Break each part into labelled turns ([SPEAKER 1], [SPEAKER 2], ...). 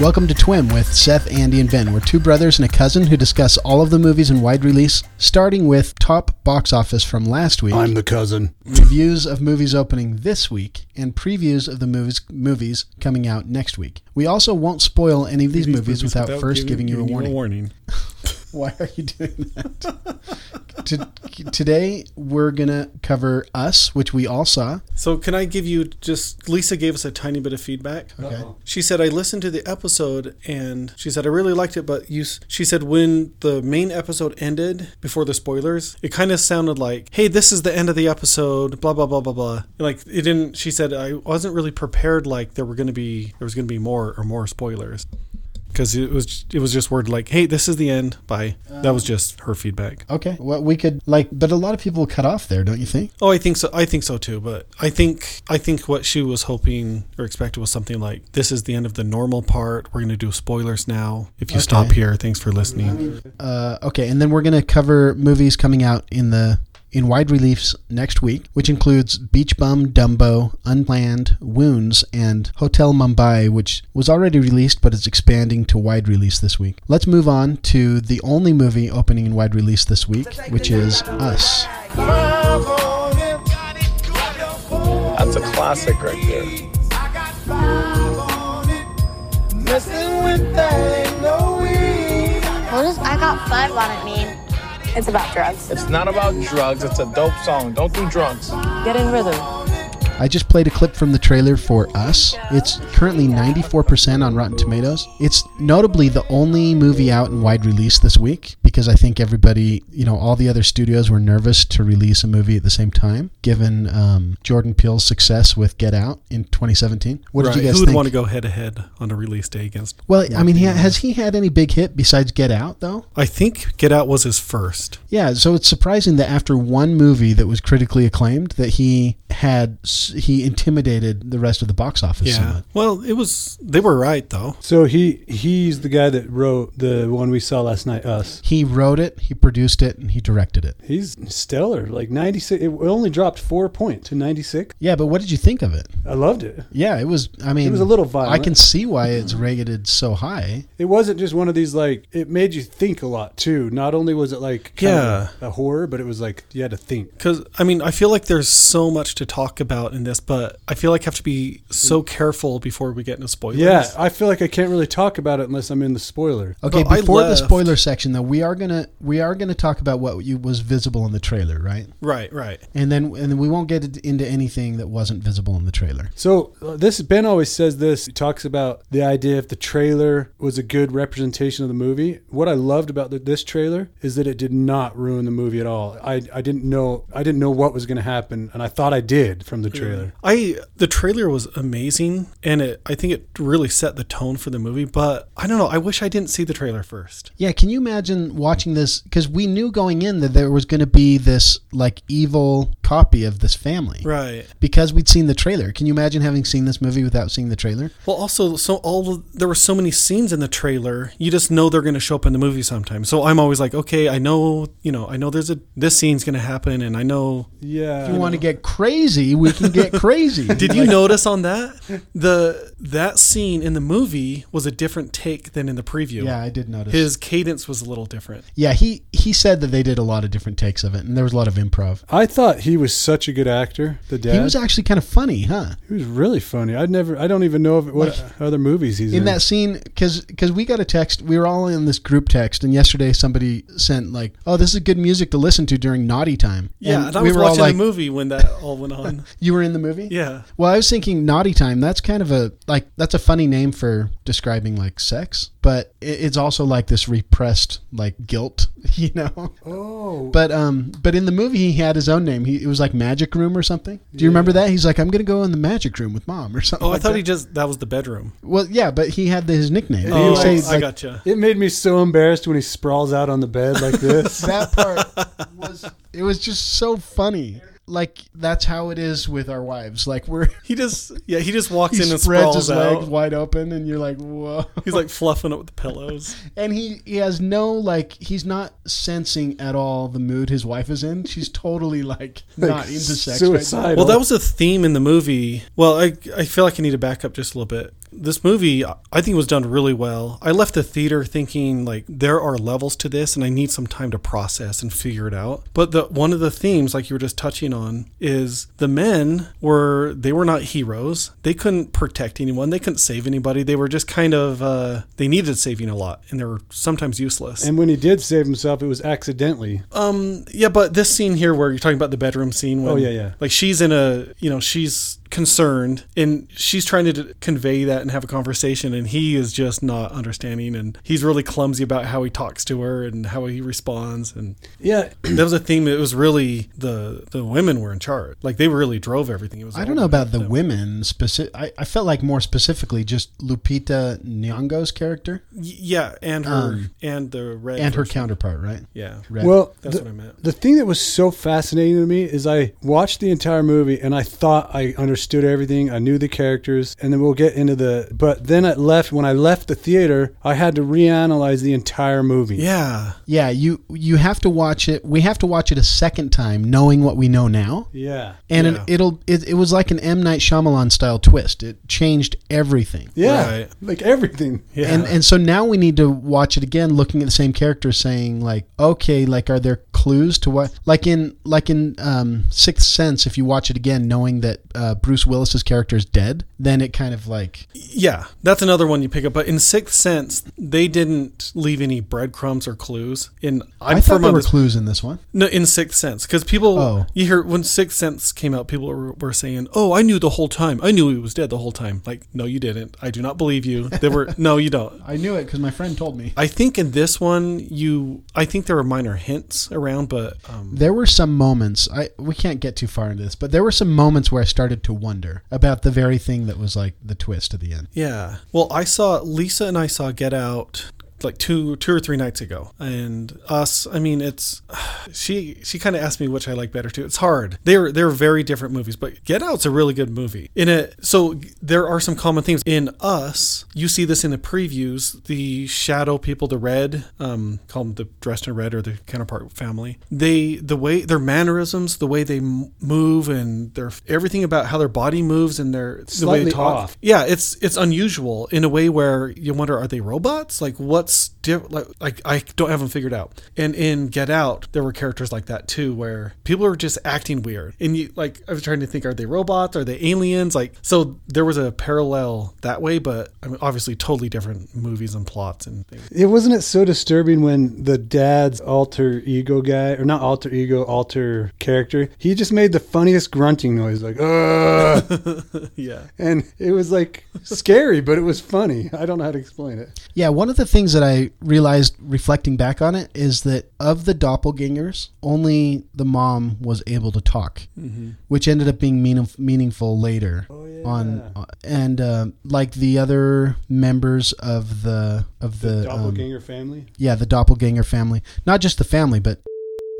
[SPEAKER 1] Welcome to TWIM with Seth, Andy, and Ben. We're two brothers and a cousin who discuss all of the movies in wide release, starting with top box office from last week,
[SPEAKER 2] I'm the cousin.
[SPEAKER 1] reviews of movies opening this week, and previews of the movies movies coming out next week. We also won't spoil any of these, movies, without, first giving, you a warning. Why are you doing that? to, today we're gonna cover Us, which we all saw.
[SPEAKER 3] So can I give you just Lisa gave us a tiny bit of feedback.
[SPEAKER 1] Okay.
[SPEAKER 3] She said I listened to the episode and she said I really liked it, but you. s-" She said when the main episode ended before the spoilers, it kind of sounded like, "Hey, this is the end of the episode." Blah blah blah blah blah. Like it didn't. She said I wasn't really prepared. Like there were gonna be there was gonna be more or more spoilers. Because it was it was just word like hey this is the end bye that was just her feedback
[SPEAKER 1] Okay. Well, we could like, but a lot of people cut off there, don't you think?
[SPEAKER 3] Oh, I think so. I think so too. But I think I think what she was hoping or expected was something like, "This is the end of the normal part. We're going to do spoilers now. If you stop here, thanks for listening."
[SPEAKER 1] Uh, okay, and then we're gonna cover movies coming out in the in wide reliefs next week, which includes Beach Bum, Dumbo, Unplanned, Wounds, and Hotel Mumbai, which was already released but is expanding to wide release this week. Let's move on to the only movie opening in wide release this week, which is Us.
[SPEAKER 4] That's a classic right there.
[SPEAKER 5] What does I got five on it mean?
[SPEAKER 6] It's about drugs.
[SPEAKER 4] It's not about drugs. It's a dope song. Don't do drugs.
[SPEAKER 6] Get in rhythm.
[SPEAKER 1] I just played a clip from the trailer for Us. It's currently 94% on Rotten Tomatoes. It's notably the only movie out in wide release this week because I think everybody, you know, all the other studios were nervous to release a movie at the same time, given um, Jordan Peele's success with Get Out in 2017. What did you guys
[SPEAKER 3] Who would
[SPEAKER 1] think?
[SPEAKER 3] want to go head to head on a release day against?
[SPEAKER 1] well, I mean, he, has he had any big hit besides Get Out, though?
[SPEAKER 3] I think Get Out was his first.
[SPEAKER 1] Yeah, so it's surprising that after one movie that was critically acclaimed, that he had s- he intimidated the rest of the box office. so much.
[SPEAKER 3] Well, it was. They were right though.
[SPEAKER 2] So he he's the guy that wrote the one we saw last night, Us.
[SPEAKER 1] He wrote it, he produced it, and he directed it.
[SPEAKER 2] He's stellar. Like 96. It only dropped four point to 96.
[SPEAKER 1] Yeah, but what did you think of it?
[SPEAKER 2] I loved it.
[SPEAKER 1] Yeah, it was. I mean,
[SPEAKER 2] It was a little
[SPEAKER 1] I
[SPEAKER 2] violent.
[SPEAKER 1] can see why it's rated so high.
[SPEAKER 2] It wasn't just one of these, like, it made you think a lot, too. Not only was it, like, kind
[SPEAKER 3] Yeah.
[SPEAKER 2] of a horror, but it was like you had to think.
[SPEAKER 3] Because I mean, I feel like there's so much to talk about in this, but I feel like I have to be so
[SPEAKER 1] Mm.
[SPEAKER 3] careful before we get into spoilers.
[SPEAKER 2] Yeah, I feel like I can't really talk about it unless I'm in the spoiler.
[SPEAKER 1] Okay,
[SPEAKER 3] Well, I
[SPEAKER 1] before the
[SPEAKER 3] left-
[SPEAKER 1] spoiler section, though, we are gonna we are gonna talk about what you, was visible in the trailer, right?
[SPEAKER 3] Right. Right.
[SPEAKER 1] And then and then we won't get it- into anything that wasn't visible in the trailer.
[SPEAKER 2] So uh, this Ben always says this. He talks about the idea if the trailer was a good representation of the movie. What I loved about the, this trailer is that it did not ruin the movie at all. I, I didn't know I didn't know what was going to happen, and I thought I did from the trailer.
[SPEAKER 3] I the trailer was amazing and it I think it really set the tone for the movie, but I don't know, I wish I didn't see the trailer first.
[SPEAKER 1] Yeah, can you imagine watching this? Because we knew going in that there was gonna be this like evil copy of this family,
[SPEAKER 3] Right.
[SPEAKER 1] Because we'd seen the trailer. Can you imagine having seen this movie without seeing the trailer?
[SPEAKER 3] Well also so all of- there were so many scenes in the trailer, you just know they're gonna show up in the movie sometime. So I'm always like, Okay, I know you know, I know there's a this scene's gonna happen and I know
[SPEAKER 2] Yeah,
[SPEAKER 1] If you want to get crazy, we can get crazy.
[SPEAKER 3] Did you notice on that? The that scene in the movie was a different take than in the preview.
[SPEAKER 1] Yeah, I did notice.
[SPEAKER 3] His cadence was a little different.
[SPEAKER 1] yeah, he he said that they did a lot of different takes of it, and there was a lot of improv.
[SPEAKER 2] I thought he was such a good actor. The dad,
[SPEAKER 1] He was actually kind of funny, huh?
[SPEAKER 2] really funny. I'd never, I don't even know if, what other movies he's in.
[SPEAKER 1] In that scene, because we got a text, we were all in this group text, and yesterday somebody sent like, "Oh, this is good music to listen to during naughty time."
[SPEAKER 3] Yeah, and, I was watching the movie when that all went on.
[SPEAKER 1] You were in the movie.
[SPEAKER 3] Yeah.
[SPEAKER 1] Well, I was thinking naughty time. That's kind of a like that's a funny name for describing like sex, but it, it's also like this repressed like guilt, you know.
[SPEAKER 2] oh,
[SPEAKER 1] But um, but in the movie, he had his own name. He it was like Magic Room or something. Do you remember that? He's like, I'm gonna go in the Magic Room with mom or something.
[SPEAKER 3] Oh, I
[SPEAKER 1] like
[SPEAKER 3] thought
[SPEAKER 1] that.
[SPEAKER 3] he just that was the bedroom.
[SPEAKER 1] Well, yeah, but he had his nickname.
[SPEAKER 2] Oh,
[SPEAKER 1] He would say,
[SPEAKER 2] I-
[SPEAKER 3] I
[SPEAKER 1] like,
[SPEAKER 3] gotcha.
[SPEAKER 2] it made me so embarrassed when he sprawls out on the bed like this.
[SPEAKER 1] That part was it was just so funny. Like that's how it is with our wives. Like we're
[SPEAKER 3] He just yeah, he just walks
[SPEAKER 1] he
[SPEAKER 3] in and
[SPEAKER 1] spreads
[SPEAKER 3] sprawls
[SPEAKER 1] his
[SPEAKER 3] out.
[SPEAKER 1] legs wide open, and you're like, whoa.
[SPEAKER 3] He's like fluffing it with the pillows.
[SPEAKER 1] and he he has no like he's not sensing at all the mood his wife is in. She's totally like not into sex. right now.
[SPEAKER 2] suicidal.
[SPEAKER 3] Well, that was a theme in the movie. Well, I I feel like I need to back up just a little bit. this movie I think was done really well. I left the theater thinking like there are levels to this and I need some time to process and figure it out. But the one of the themes like you were just touching on is the men were they were not heroes. They couldn't protect anyone. They couldn't save anybody. They were just kind of uh, they needed saving a lot and they were sometimes useless.
[SPEAKER 2] And when he did save himself, it was accidentally.
[SPEAKER 3] Yeah, but this scene here where you're talking about the bedroom scene. When,
[SPEAKER 2] Oh, yeah, yeah.
[SPEAKER 3] Like she's in a, you know, she's concerned and she's trying to d- convey that and have a conversation, and he is just not understanding, and he's really clumsy about how he talks to her and how he responds, and
[SPEAKER 2] Yeah,
[SPEAKER 3] that was a theme. It was really the the women were in charge. Like they really drove everything. It was.
[SPEAKER 1] I
[SPEAKER 3] all
[SPEAKER 1] don't know about the
[SPEAKER 3] them.
[SPEAKER 1] women specific. I, I felt like more specifically just Lupita Nyong'o's character
[SPEAKER 3] Y- Yeah, and her and the red
[SPEAKER 1] Um, and her
[SPEAKER 3] version.
[SPEAKER 1] counterpart, right?
[SPEAKER 3] Yeah.
[SPEAKER 1] Red.
[SPEAKER 2] Well,
[SPEAKER 3] That's
[SPEAKER 2] the,
[SPEAKER 3] what I meant.
[SPEAKER 2] The thing that was so fascinating to me is I watched the entire movie and I thought I understood everything. I knew the characters, and then we'll get into the. But then I left. When I left the theater, I had to reanalyze the entire movie.
[SPEAKER 3] Yeah.
[SPEAKER 1] yeah, you you have to watch it. We have to watch it a second time, knowing what we know now.
[SPEAKER 2] Yeah.
[SPEAKER 1] And
[SPEAKER 3] Yeah.
[SPEAKER 1] it, it'll it, it was like an M Night Shyamalan style twist. It changed everything.
[SPEAKER 2] Yeah.
[SPEAKER 3] Right.
[SPEAKER 2] Like everything. Yeah.
[SPEAKER 1] And and so now we need to watch it again, looking at the same character, saying like, okay, like are there clues to what? Like in like in um, Sixth Sense, if you watch it again, knowing that uh, Bruce Willis's character is dead, then it kind of like
[SPEAKER 3] Yeah, that's another one you pick up. But in Sixth Sense, they didn't leave any breadcrumbs or clues. In
[SPEAKER 1] i
[SPEAKER 3] I'm
[SPEAKER 1] thought
[SPEAKER 3] firm
[SPEAKER 1] there
[SPEAKER 3] on
[SPEAKER 1] were
[SPEAKER 3] this.
[SPEAKER 1] clues in this one.
[SPEAKER 3] no, in Sixth Sense, because people
[SPEAKER 1] Oh.
[SPEAKER 3] you hear when Sixth Sense came out, people were, were saying, "Oh, I knew the whole time. I knew he was dead the whole time." Like, no, you didn't. I do not believe you. They were no, you don't.
[SPEAKER 1] I knew it because my friend told me.
[SPEAKER 3] I think in this one, you. I think there were minor hints around, but um,
[SPEAKER 1] There were some moments I we can't get too far into this, but there were some moments where I started to wonder about the very thing that was like the twist at the end.
[SPEAKER 3] Yeah. Well, I saw Lisa and I saw Get Out like two two or three nights ago and us i mean it's she she kind of asked me which i like better too it's hard they're they're very different movies but get out's a really good movie in it so there are some common themes in us you see this in the previews the shadow people the red um call them the dressed in red or the counterpart family they the way their mannerisms the way they m- move and their everything about how their body moves and their the way
[SPEAKER 2] Slightly
[SPEAKER 3] they talk
[SPEAKER 2] off.
[SPEAKER 3] yeah, it's it's unusual in a way where you wonder, are they robots? Like, what's different? Like, like, I don't have them figured out. And in Get Out, there were characters like that too, where people are just acting weird. And you like, I was trying to think, are they robots? Are they aliens? Like, so there was a parallel that way, but I mean, obviously, totally different movies and plots and things.
[SPEAKER 2] It wasn't it so disturbing when the dad's alter ego guy, or not alter ego, alter character, he just made the funniest grunting noise, like, Ugh!
[SPEAKER 3] Yeah,
[SPEAKER 2] and it was like scary, but it was funny. I don't know how to explain it.
[SPEAKER 1] Yeah, one of the things that I realized reflecting back on it is that of the doppelgangers, only the mom was able to talk, which ended up being meaning, meaningful later. On and um like the other members of the of the, um,
[SPEAKER 2] Doppelganger family.
[SPEAKER 1] yeah the doppelganger family, not just the family, but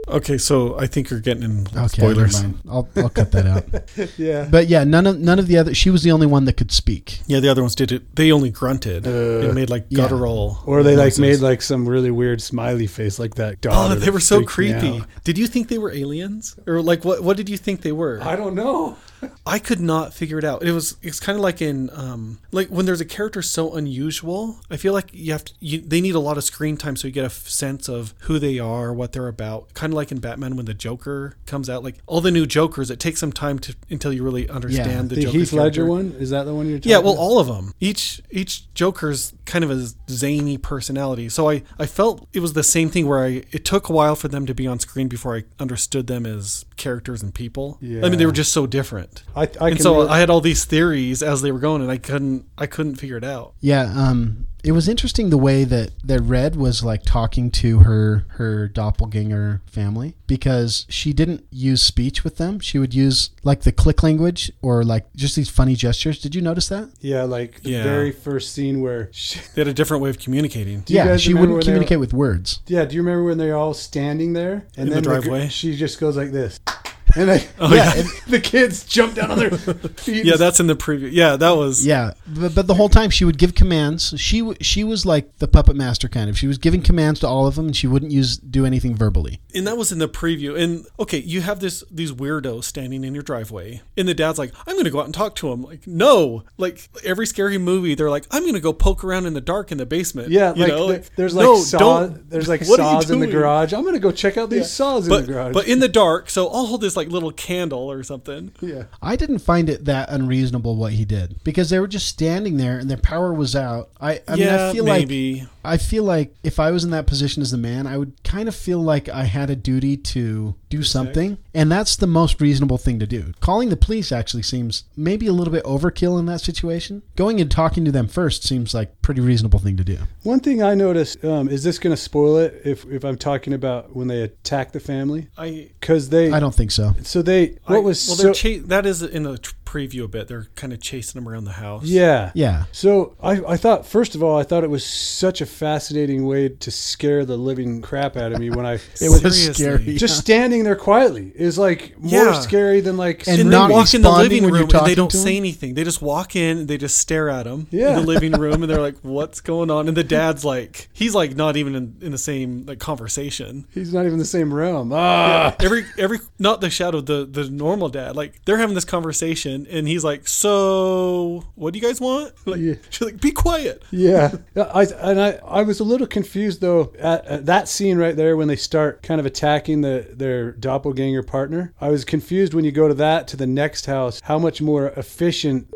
[SPEAKER 3] Okay, so I think you're getting in
[SPEAKER 1] okay,
[SPEAKER 3] spoilers.
[SPEAKER 1] never mind. I'll I'll cut that out.
[SPEAKER 2] Yeah.
[SPEAKER 1] But yeah, none of none of the other. She was the only one that could speak.
[SPEAKER 3] Yeah, the other ones did it. They only grunted
[SPEAKER 2] Uh,
[SPEAKER 3] and made like
[SPEAKER 1] yeah.
[SPEAKER 3] guttural.
[SPEAKER 2] Or they like
[SPEAKER 3] noises.
[SPEAKER 2] made like some really weird smiley face like that. dog
[SPEAKER 3] Oh,
[SPEAKER 2] that
[SPEAKER 3] they were so
[SPEAKER 2] freaked me
[SPEAKER 3] creepy.
[SPEAKER 2] out.
[SPEAKER 3] Did you think they were aliens, or like what? What did you think they were?
[SPEAKER 2] I don't know.
[SPEAKER 3] I could not figure it out. It was it's kind of like in um like when there's a character so unusual. I feel like you have to you, they need a lot of screen time so you get a f- sense of who they are, what they're about. Kind of like in Batman when the Joker comes out, like all the new Jokers, it takes some time to until you really understand the,
[SPEAKER 2] The,
[SPEAKER 3] Joker
[SPEAKER 2] Heath Ledger
[SPEAKER 3] character.
[SPEAKER 2] one is that the one you're talking?
[SPEAKER 3] Yeah, well,
[SPEAKER 2] about?
[SPEAKER 3] all of them. Each each Joker's kind of a zany personality. So I I felt it was the same thing where I it took a while for them to be on screen before I understood them as characters and people. I mean, they
[SPEAKER 2] Yeah.
[SPEAKER 3] were just so different.
[SPEAKER 2] I, I can
[SPEAKER 3] and so
[SPEAKER 2] re-
[SPEAKER 3] I had all these theories as they were going, and I couldn't I couldn't figure it out.
[SPEAKER 1] Yeah, um, it was interesting the way that, that Red was like talking to her her doppelganger family because she didn't use speech with them. She would use like the click language or like just these funny gestures. Did you notice that?
[SPEAKER 2] yeah, like the
[SPEAKER 3] Yeah.
[SPEAKER 2] very first scene where she,
[SPEAKER 3] They had a different way of communicating.
[SPEAKER 2] Do you
[SPEAKER 1] yeah,
[SPEAKER 2] guys
[SPEAKER 1] she
[SPEAKER 2] remember
[SPEAKER 1] wouldn't
[SPEAKER 2] when they were-
[SPEAKER 1] communicate with words.
[SPEAKER 2] yeah. Do you remember when they're all standing there
[SPEAKER 3] In the
[SPEAKER 2] gr-
[SPEAKER 3] driveway? Oh,
[SPEAKER 2] she just goes like this.
[SPEAKER 1] And I, yeah, and-
[SPEAKER 2] the kids jump down on their feet.
[SPEAKER 3] Yeah, that's in the preview. Yeah, that was.
[SPEAKER 1] yeah. But, but the whole time she would give commands. She w- she was like the puppet master kind of. She was giving commands to all of them, and she wouldn't use do anything verbally.
[SPEAKER 3] and that was in the preview. And okay, you have this these weirdos standing in your driveway, and the dad's like, "I'm going to go out and talk to him." Like, no, like every scary movie, they're like, "I'm going to go poke around in the dark in the basement."
[SPEAKER 2] Yeah,
[SPEAKER 3] you
[SPEAKER 2] like,
[SPEAKER 3] know,
[SPEAKER 2] th- there's like
[SPEAKER 3] no,
[SPEAKER 2] saw,
[SPEAKER 3] don't.
[SPEAKER 2] there's like
[SPEAKER 3] What are you
[SPEAKER 2] saws in the
[SPEAKER 3] doing?
[SPEAKER 2] garage. I'm gonna go check out these saws in
[SPEAKER 3] But
[SPEAKER 2] the garage.
[SPEAKER 3] but in the dark, so I'll hold this like little candle or something.
[SPEAKER 2] yeah,
[SPEAKER 1] I didn't find it that unreasonable what he did because they were just standing there and their power was out. I, I mean, I
[SPEAKER 3] yeah,
[SPEAKER 1] feel like
[SPEAKER 3] maybe.
[SPEAKER 1] I feel like if I was in that position as the man, I would kind of feel like I had a duty to do something, and that's the most reasonable thing to do. Calling the police actually seems maybe a little bit overkill in that situation. Going and talking to them first seems like pretty reasonable thing to do.
[SPEAKER 2] one thing I noticed um, is this gonna spoil it if if I'm talking about when they attack the family
[SPEAKER 3] I
[SPEAKER 2] because they
[SPEAKER 1] I don't think so.
[SPEAKER 2] so they what
[SPEAKER 3] I-
[SPEAKER 2] was
[SPEAKER 3] well,
[SPEAKER 2] so,
[SPEAKER 3] they're cha- that is in the tr- preview a bit. They're kind of chasing them around the house.
[SPEAKER 2] yeah
[SPEAKER 1] Yeah.
[SPEAKER 2] So I, I thought first of all I thought it was such a fascinating way to scare the living crap out of me when I
[SPEAKER 1] It was
[SPEAKER 3] Seriously.
[SPEAKER 1] scary.
[SPEAKER 2] just standing there quietly is like more
[SPEAKER 3] Yeah.
[SPEAKER 2] scary than like
[SPEAKER 1] And
[SPEAKER 2] screaming.
[SPEAKER 3] and
[SPEAKER 1] not
[SPEAKER 3] they walk in the
[SPEAKER 1] responding
[SPEAKER 3] living
[SPEAKER 1] when you're
[SPEAKER 3] room and
[SPEAKER 1] talking
[SPEAKER 3] they don't
[SPEAKER 1] to
[SPEAKER 3] say
[SPEAKER 1] them?
[SPEAKER 3] anything. They just walk in and they just stare at him
[SPEAKER 2] Yeah.
[SPEAKER 3] in the living room and they're like, "What's going on?" And the dad's like, he's like not even in, in the same like conversation.
[SPEAKER 2] he's not even the same realm. Ah.
[SPEAKER 3] Every every not the shadow the the normal dad like they're having this conversation and he's like, "So what do you guys want?" Like
[SPEAKER 2] Yeah.
[SPEAKER 3] she's like, "Be quiet."
[SPEAKER 2] Yeah, I and I, I was a little confused though at, at that scene right there when they start kind of attacking the their doppelganger partner. I was confused when you go to that to the next house how much more efficient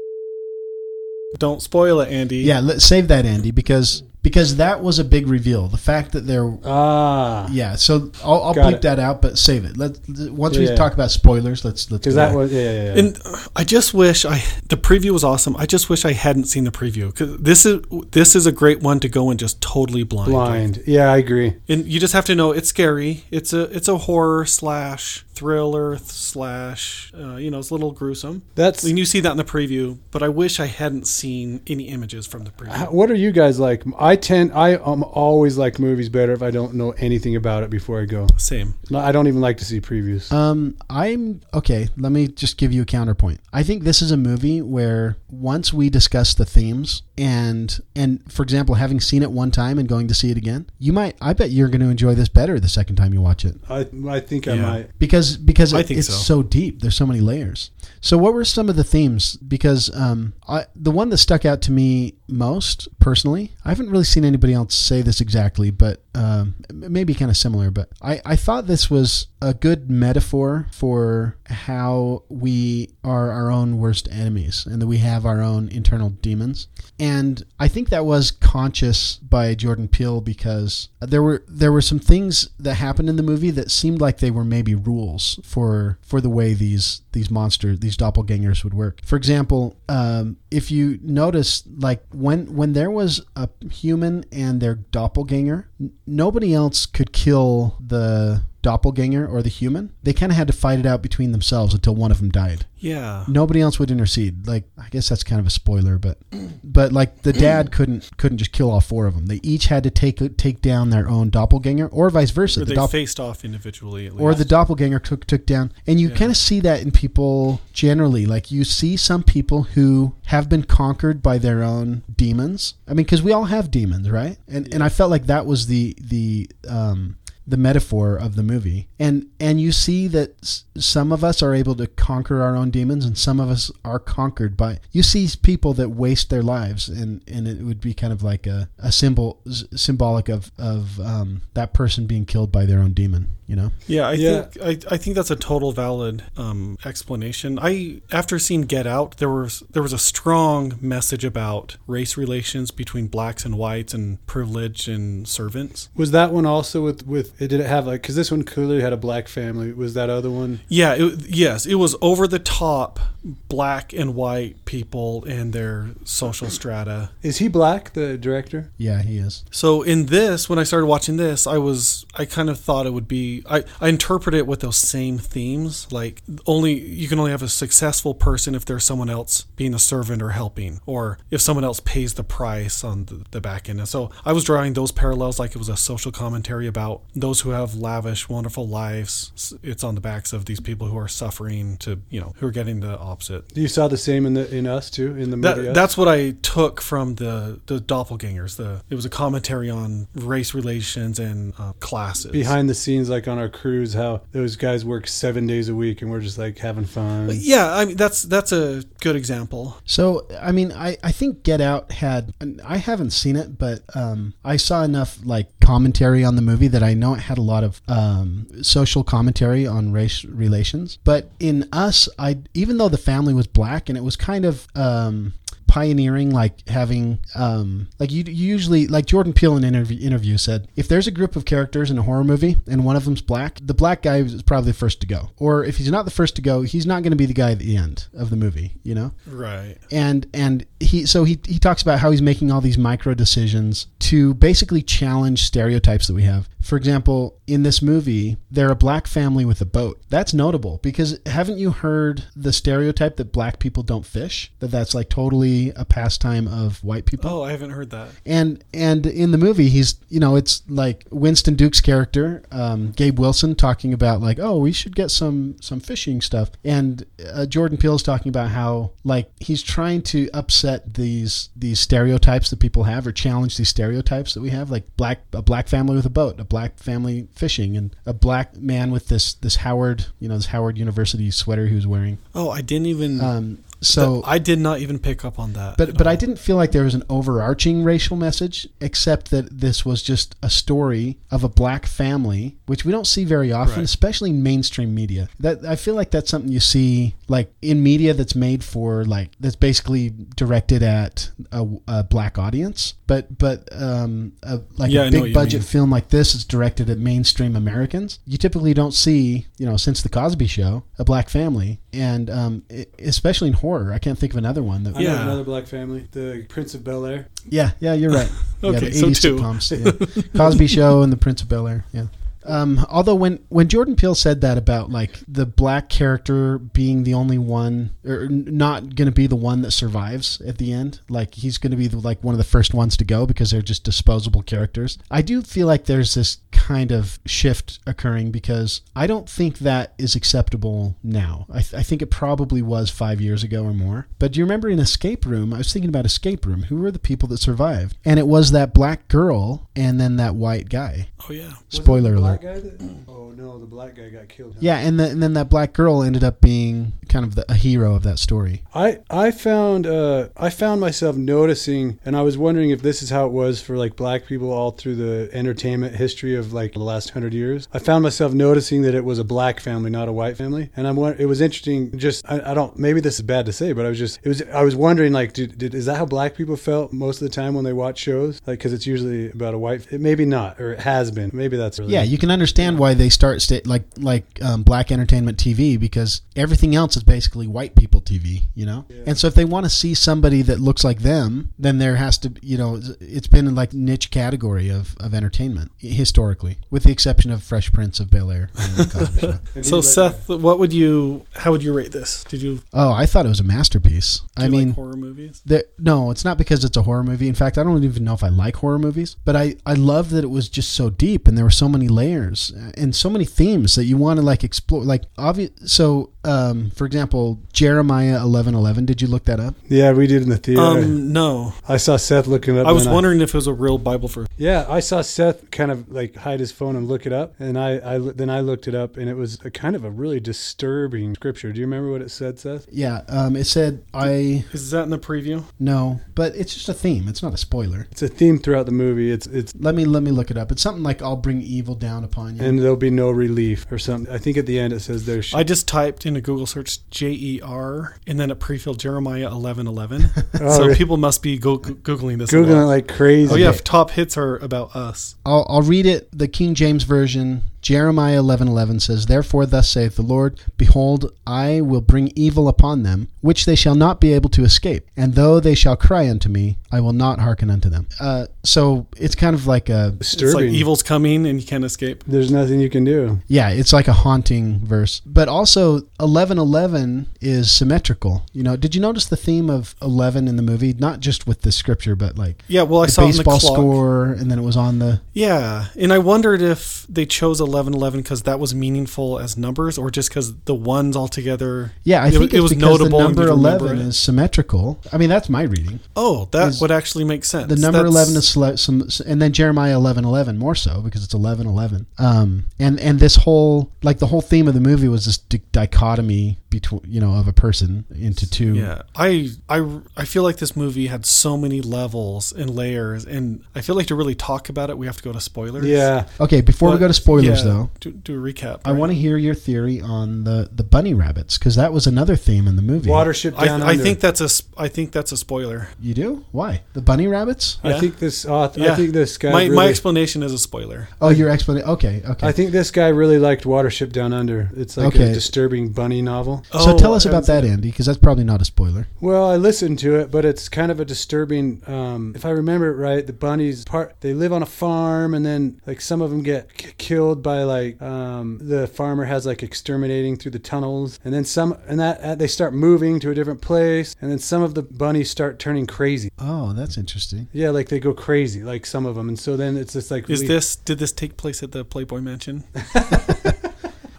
[SPEAKER 3] Don't spoil it, Andy.
[SPEAKER 1] Yeah, let, save that, Andy, because because that was a big reveal. The fact that there,
[SPEAKER 2] ah
[SPEAKER 1] yeah. So I'll, I'll
[SPEAKER 2] Got
[SPEAKER 1] bleep
[SPEAKER 2] it.
[SPEAKER 1] that out, but save it. Let once we
[SPEAKER 2] Yeah.
[SPEAKER 1] talk about spoilers, let's let's.
[SPEAKER 2] because
[SPEAKER 1] go
[SPEAKER 2] that
[SPEAKER 1] back.
[SPEAKER 2] was yeah yeah, yeah.
[SPEAKER 3] And uh, I just wish I the preview was awesome. I just wish I hadn't seen the preview cuz this is this is a great one to go in just totally blind.
[SPEAKER 2] blind. Yeah, I agree.
[SPEAKER 3] And you just have to know it's scary. It's a it's a horror slash thriller th- slash uh, you know it's a little gruesome.
[SPEAKER 2] That's-
[SPEAKER 3] and you see that in the preview. But I wish I hadn't seen any images from the preview.
[SPEAKER 2] How- What are you guys like? I tend, I um, always like movies better if I don't know anything about it before I go.
[SPEAKER 3] Same.
[SPEAKER 2] No, I don't even like to see previews.
[SPEAKER 1] Um, I'm okay. Let me just give you a counterpoint. I think this is a movie where once we discuss the themes and and for example, having seen it one time and going to see it again, you might. I bet you're going to enjoy this better the second time you watch it
[SPEAKER 2] I, I think I
[SPEAKER 3] Yeah.
[SPEAKER 2] might.
[SPEAKER 1] because because
[SPEAKER 3] I
[SPEAKER 1] it-
[SPEAKER 3] think
[SPEAKER 1] it's
[SPEAKER 3] so.
[SPEAKER 1] so deep. There's so many layers. So what were some of the themes? Because um, I, the one that stuck out to me most personally, I haven't really seen anybody else say this exactly, but um, m- maybe kind of similar. But I, I thought this was a good metaphor for how we are our own worst enemies and that we have our own internal demons. And I think that was conscious by Jordan Peele because there were there were some things that happened in the movie that seemed like they were maybe rules for for the way these these monster these doppelgangers would work. For example, um, if you notice, like when when there was a human and their doppelganger, n- nobody else could kill the doppelganger or the human. They kind of had to fight it out between themselves until one of them died
[SPEAKER 3] Yeah.
[SPEAKER 1] nobody else would intercede. Like I guess that's kind of a spoiler, but but like the dad couldn't couldn't just kill all four of them. They each had to take take down their own doppelganger, or vice versa.
[SPEAKER 3] Or
[SPEAKER 1] The
[SPEAKER 3] they
[SPEAKER 1] doppel-
[SPEAKER 3] faced off individually at least.
[SPEAKER 1] or the doppelganger took took down, and you kind of see that in people generally. Like you see some people who have been conquered by their own demons. I mean, because we all have demons, right? And and I felt like that was the the um, the metaphor of the movie and and you see that s- some of us are able to conquer our own demons and some of us are conquered by you see people that waste their lives and and it would be kind of like a, a symbol s- symbolic of of um, that person being killed by their own demon you know
[SPEAKER 3] Yeah, I
[SPEAKER 2] Yeah.
[SPEAKER 3] think I, I think that's a total valid um, explanation. I after seeing Get Out, there was there was a strong message about race relations between blacks and whites and privilege and servants.
[SPEAKER 2] Was that one also with with? It did it have like? Because this one clearly had a black family. Was that other one?
[SPEAKER 3] Yeah, it, yes, it was over the top black and white people and their social strata.
[SPEAKER 2] Is he black? The director?
[SPEAKER 1] yeah he is
[SPEAKER 3] So in this, when I started watching this, I was I kind of thought it would be the I, I interpret it with those same themes. Like only you can only have a successful person if there's someone else being a servant or helping, or if someone else pays the price on the, the back end. And so I was drawing those parallels like it was a social commentary about those who have lavish, wonderful lives. S- It's on the backs of these people who are suffering to you know who are getting the opposite.
[SPEAKER 2] You saw the same in the in us too in the movie.
[SPEAKER 3] That,
[SPEAKER 2] Us?
[SPEAKER 3] that's what I took from the the doppelgangers. The it was a commentary on race relations and uh, classes.
[SPEAKER 2] behind the scenes, like on our cruise, how those guys work seven days a week, and we're just like having fun.
[SPEAKER 3] yeah, I mean that's that's a good example.
[SPEAKER 1] So, I mean, I, I think Get Out had, and I haven't seen it, but um, I saw enough like commentary on the movie that I know it had a lot of um, social commentary on race relations. But in Us, I even though the family was black and it was kind of um, pioneering, like having um, like you, you usually like Jordan Peele in an interview, interview said, if there's a group of characters in a horror movie and one of them's black, the black guy is probably the first to go. Or if he's not the first to go, he's not going to be the guy at the end of the movie, you know?
[SPEAKER 3] Right.
[SPEAKER 1] and and he so he he talks about how he's making all these micro decisions to basically challenge stereotypes that we have. For example, in this movie, they're a black family with a boat. That's notable because haven't you heard the stereotype that black people don't fish? That that's like totally a pastime of white people
[SPEAKER 3] Oh, I haven't heard that.
[SPEAKER 1] and and in the movie he's you know it's like winston duke's character um, gabe wilson talking about like oh we should get some some fishing stuff and uh, jordan peele's talking about how like he's trying to upset these these stereotypes that people have or challenge these stereotypes that we have like black a black family with a boat a black family fishing and a black man with this this howard you know this howard university sweater he was wearing
[SPEAKER 3] Oh, I didn't even.
[SPEAKER 1] um, so
[SPEAKER 3] I did not even pick up on that. um,
[SPEAKER 1] but
[SPEAKER 3] at
[SPEAKER 1] but I
[SPEAKER 3] all.
[SPEAKER 1] didn't feel like there was an overarching racial message, except that this was just a story of a black family, which we don't see very often,
[SPEAKER 3] Right.
[SPEAKER 1] especially in mainstream media. That I feel like that's something you see like in media that's made for like that's basically directed at a, a black audience. But but um, a, like
[SPEAKER 3] Yeah, I
[SPEAKER 1] a
[SPEAKER 3] know what
[SPEAKER 1] big
[SPEAKER 3] you
[SPEAKER 1] budget
[SPEAKER 3] mean.
[SPEAKER 1] film like this is directed at mainstream Americans. You typically don't see, you know, since the Cosby Show, a black family, and um, e- especially in horror. I can't think of another one that
[SPEAKER 2] I know
[SPEAKER 3] Yeah.
[SPEAKER 2] another black family, the Prince of Bel Air.
[SPEAKER 1] yeah, yeah, you're right. yeah,
[SPEAKER 3] Okay,
[SPEAKER 1] the
[SPEAKER 3] so
[SPEAKER 1] 80s
[SPEAKER 3] two.
[SPEAKER 1] sitcoms, yeah. Cosby Show and The Prince of Bel Air. Yeah. Um, although when when Jordan Peele said that about like the black character being the only one or n- not going to be the one that survives at the end, like he's going to be the, like one of the first ones to go because they're just disposable characters. I do feel like there's this kind of shift occurring because I don't think that is acceptable now. I, th- I think it probably was five years ago or more. But do you remember in Escape Room? I was thinking about Escape Room. Who were the people that survived? And it was that black girl and then that white guy.
[SPEAKER 3] Oh yeah.
[SPEAKER 2] Was it
[SPEAKER 1] Spoiler
[SPEAKER 2] the
[SPEAKER 1] alert.
[SPEAKER 2] Black guy that, oh no, the black guy got killed. huh?
[SPEAKER 1] Yeah, and, the, and then that black girl ended up being kind of the, a hero of that story.
[SPEAKER 2] I I found uh, I found myself noticing, and I was wondering if this is how it was for like black people all through the entertainment history of like the last hundred years. I found myself noticing that it was a black family, not a white family, and I'm won- it was interesting. Just I, I don't maybe this is bad to say, but I was just it was I was wondering like did, did is that how black people felt most of the time when they watch shows? Like because it's usually about a white, it, maybe not, or it has been. Maybe that's really
[SPEAKER 1] Yeah, you can understand why they start sta- like like um, black entertainment TV because everything else is basically white people TV, you know. And so if they want to see somebody that looks like them, then there has to, be- you know, it's- it's been like niche category of, of entertainment historically, with the exception of Fresh Prince of Bel Air. and The Cosby Show.
[SPEAKER 2] And
[SPEAKER 3] So
[SPEAKER 2] he's like-
[SPEAKER 3] Seth, what would you? How would you rate this? Did you?
[SPEAKER 1] Oh, I thought it was a masterpiece.
[SPEAKER 3] Do
[SPEAKER 1] I
[SPEAKER 3] you
[SPEAKER 1] mean,
[SPEAKER 3] like horror movies.
[SPEAKER 1] There, no, it's not because it's a horror movie. In fact, I don't even know if I like horror movies, but I, I love that it was just so deep and there were so many layers uh, and so many themes that you want to like explore. Like, obvious. So, um, for example, Jeremiah 1111. Did you look that up?
[SPEAKER 2] yeah, we did in the theater.
[SPEAKER 3] Um, no,
[SPEAKER 2] I saw Seth looking up.
[SPEAKER 3] I was
[SPEAKER 2] and
[SPEAKER 3] wondering if it was a real Bible verse.
[SPEAKER 2] Yeah, I saw Seth kind of like hide his phone and look it up, and I, I then I looked it up, and it was a kind of a really disturbing scripture. Do you remember what it said, Seth?
[SPEAKER 1] Yeah. Um, it said, I
[SPEAKER 3] Is that in the preview?
[SPEAKER 1] no, but it's just a theme. It's not a spoiler.
[SPEAKER 2] It's a theme throughout the movie. It's it's
[SPEAKER 1] Let me let me look it up. It's something like I'll bring evil down upon you.
[SPEAKER 2] and there'll be no relief or something. I think at the end it says there. Sh-
[SPEAKER 3] I just typed in a Google search J E R and then it pre-filled Jeremiah eleven eleven.
[SPEAKER 1] Oh,
[SPEAKER 3] so
[SPEAKER 2] really?
[SPEAKER 3] people must be go- googling this. a lot.
[SPEAKER 2] googling it like crazy.
[SPEAKER 3] Oh yeah, if top hits are about us.
[SPEAKER 1] I'll, I'll read it the King James version Jeremiah 11:11 says, "Therefore thus saith the Lord, behold, I will bring evil upon them, which they shall not be able to escape, and though they shall cry unto me, I will not hearken unto them." Uh, so it's kind of like a
[SPEAKER 3] It's
[SPEAKER 2] Disturbing.
[SPEAKER 3] like evil's coming and you can't escape.
[SPEAKER 2] There's nothing you can do.
[SPEAKER 1] yeah, it's like a haunting verse. But also 11:11 is symmetrical. You know, did you notice the theme of 11 in the movie, not just with the scripture, but like
[SPEAKER 3] Yeah, well, I
[SPEAKER 1] the
[SPEAKER 3] saw it on the
[SPEAKER 1] baseball
[SPEAKER 3] clock.
[SPEAKER 1] score and then it was on the
[SPEAKER 3] Yeah, and I wondered if they chose eleven eleven because that was meaningful as numbers, or just because the ones altogether.
[SPEAKER 1] Yeah, I
[SPEAKER 3] it, wa-
[SPEAKER 1] think
[SPEAKER 3] it was
[SPEAKER 1] because
[SPEAKER 3] notable.
[SPEAKER 1] the
[SPEAKER 3] and
[SPEAKER 1] number
[SPEAKER 3] you could remember
[SPEAKER 1] 11
[SPEAKER 3] it.
[SPEAKER 1] is symmetrical. I mean, that's my reading.
[SPEAKER 3] Oh, that
[SPEAKER 1] is-
[SPEAKER 3] would actually make sense.
[SPEAKER 1] The number
[SPEAKER 3] That's-
[SPEAKER 1] 11 is sele- some, and then Jeremiah 11 11 more so because it's 11 11. Um, and, and this whole, like the whole theme of the movie was this di- dichotomy between, you know, of a person into two.
[SPEAKER 2] Hmm.
[SPEAKER 3] Yeah, I, I, I feel like this movie had so many levels and layers, and I feel like to really talk about it, we have to go to spoilers.
[SPEAKER 2] Yeah.
[SPEAKER 1] Okay, before we
[SPEAKER 3] But,
[SPEAKER 1] go to spoilers
[SPEAKER 3] yeah,
[SPEAKER 1] though,
[SPEAKER 3] do, do a recap.
[SPEAKER 1] I want to hear your theory on the, the bunny rabbits because that was another theme in the movie.
[SPEAKER 2] Watership down
[SPEAKER 3] I, I
[SPEAKER 2] under.
[SPEAKER 3] think that's a, s- I think that's a spoiler.
[SPEAKER 1] You do? Why? The bunny rabbits?
[SPEAKER 2] I
[SPEAKER 3] Yeah.
[SPEAKER 2] think this. author
[SPEAKER 3] Yeah.
[SPEAKER 2] I think this guy.
[SPEAKER 3] My,
[SPEAKER 2] really,
[SPEAKER 3] my explanation is a spoiler.
[SPEAKER 1] Oh, your explanation. Okay, okay.
[SPEAKER 2] I think this guy really liked Watership Down Under. It's like
[SPEAKER 1] Okay.
[SPEAKER 2] a disturbing bunny novel.
[SPEAKER 1] so
[SPEAKER 3] Oh,
[SPEAKER 1] tell us
[SPEAKER 3] I
[SPEAKER 1] about
[SPEAKER 3] haven't seen
[SPEAKER 1] that, Andy, because that's probably not a spoiler.
[SPEAKER 2] Well, I listened to it, but it's kind of a disturbing. Um, if I remember it right, the bunnies part they live on a farm, and then like some of them get k- killed by like um, the farmer has like exterminating through the tunnels, and then some and that uh, they start moving to a different place, and then some of the bunnies start turning crazy.
[SPEAKER 1] Oh, that's interesting.
[SPEAKER 2] Yeah, like they go crazy, like some of them, and so then it's just like
[SPEAKER 3] Is
[SPEAKER 2] we-
[SPEAKER 3] this did this take place at the Playboy Mansion?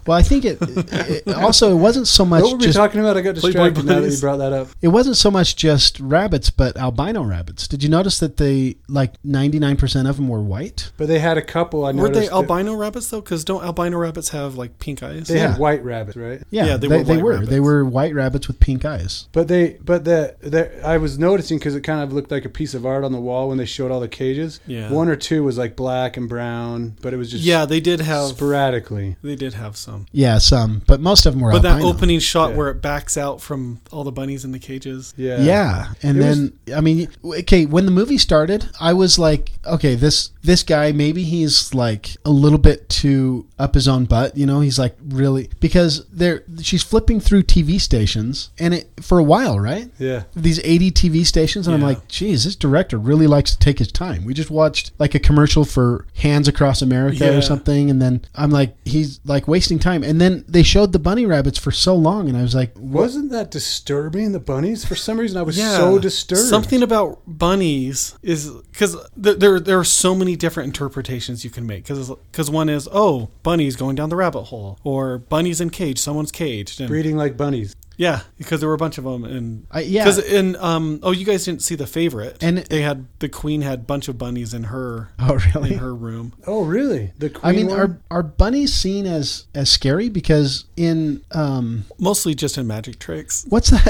[SPEAKER 1] Well, I think it, it also it wasn't so much
[SPEAKER 2] What were we
[SPEAKER 1] just
[SPEAKER 2] talking about? I got
[SPEAKER 3] Playboy
[SPEAKER 2] distracted now that you
[SPEAKER 3] bunnies.
[SPEAKER 2] brought that up.
[SPEAKER 1] it wasn't so much just rabbits, but albino rabbits. Did you notice that they like ninety nine percent of them were white?
[SPEAKER 2] But they had a couple. I
[SPEAKER 3] Were
[SPEAKER 2] noticed.
[SPEAKER 3] they
[SPEAKER 2] that-
[SPEAKER 3] albino rabbits though? Because don't albino rabbits have like pink eyes?
[SPEAKER 2] They
[SPEAKER 1] Yeah.
[SPEAKER 2] had white rabbits, right?
[SPEAKER 1] Yeah,
[SPEAKER 3] Yeah,
[SPEAKER 1] they,
[SPEAKER 3] they
[SPEAKER 1] they,
[SPEAKER 3] were
[SPEAKER 1] were.
[SPEAKER 3] white
[SPEAKER 1] They were.
[SPEAKER 3] rabbits.
[SPEAKER 1] white rabbits with pink eyes.
[SPEAKER 2] But they, but the, the I was noticing because it kind of looked like a piece of art on the wall when they showed all the cages.
[SPEAKER 3] Yeah.
[SPEAKER 2] One or two was like black and brown, but it was just
[SPEAKER 3] yeah, they did have.
[SPEAKER 2] sporadically.
[SPEAKER 3] they did have some.
[SPEAKER 1] Yeah, some, but most of them were.
[SPEAKER 3] But that
[SPEAKER 1] albino.
[SPEAKER 3] opening shot
[SPEAKER 2] Yeah.
[SPEAKER 3] where it backs out from all the bunnies in the cages.
[SPEAKER 2] Yeah.
[SPEAKER 1] Yeah, and
[SPEAKER 2] It
[SPEAKER 1] then I mean, okay, when the movie started, I was like, okay, this this guy maybe he's like a little bit too up his own butt, you know? He's like really because there she's flipping through TV stations and it for a while, right?
[SPEAKER 2] Yeah.
[SPEAKER 1] these 80 TV stations, and I'm
[SPEAKER 3] Yeah.
[SPEAKER 1] like, geez, this director really likes to take his time. We just watched like a commercial for Hands Across America
[SPEAKER 3] Yeah.
[SPEAKER 1] or something, and then I'm like, he's like wasting time. And then they showed the bunny rabbits for so long, and I was like,
[SPEAKER 2] Wasn't that disturbing? The bunnies, for some reason, I was
[SPEAKER 3] Yeah,
[SPEAKER 2] so disturbed.
[SPEAKER 3] Something about bunnies is because th- there there are so many different interpretations you can make. Because one is oh bunnies going down the rabbit hole or bunnies in cage, someone's caged. And,
[SPEAKER 2] breeding like bunnies.
[SPEAKER 3] yeah, because there were a bunch of them and
[SPEAKER 1] I, yeah,
[SPEAKER 3] Because in um oh you guys didn't see the favorite
[SPEAKER 1] And-
[SPEAKER 3] they had the queen had a bunch of bunnies in her
[SPEAKER 1] oh really?
[SPEAKER 3] in her room.
[SPEAKER 2] Oh, really? The
[SPEAKER 1] I
[SPEAKER 2] queen
[SPEAKER 1] mean,
[SPEAKER 2] one?
[SPEAKER 1] are are bunnies seen as as scary? Because in um,
[SPEAKER 3] Mostly just in magic tricks.
[SPEAKER 1] what's that?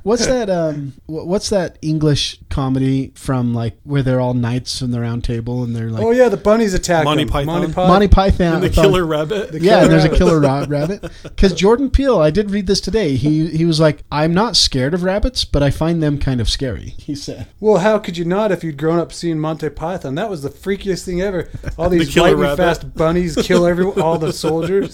[SPEAKER 1] what's that? Um, wh- what's that English comedy from like where they're all knights in the round table and they're like
[SPEAKER 2] oh yeah, the bunnies attack
[SPEAKER 3] Monty
[SPEAKER 2] them.
[SPEAKER 3] Python?
[SPEAKER 2] Monty Python.
[SPEAKER 1] Monty Python
[SPEAKER 3] and the
[SPEAKER 1] Python-
[SPEAKER 3] killer rabbit.
[SPEAKER 1] yeah,
[SPEAKER 2] killer
[SPEAKER 1] there's a
[SPEAKER 2] rabbit.
[SPEAKER 1] killer ra- rabbit. Because Jordan Peele, I did read this today. He he was like, I'm not scared of rabbits, but I find them kind of scary. He said,
[SPEAKER 2] Well, how could you not if you'd grown up seeing Monty Python? That was the freakiest thing ever. All these
[SPEAKER 3] killer
[SPEAKER 2] lightning
[SPEAKER 3] rabbit.
[SPEAKER 2] fast bunnies kill every all the soldiers.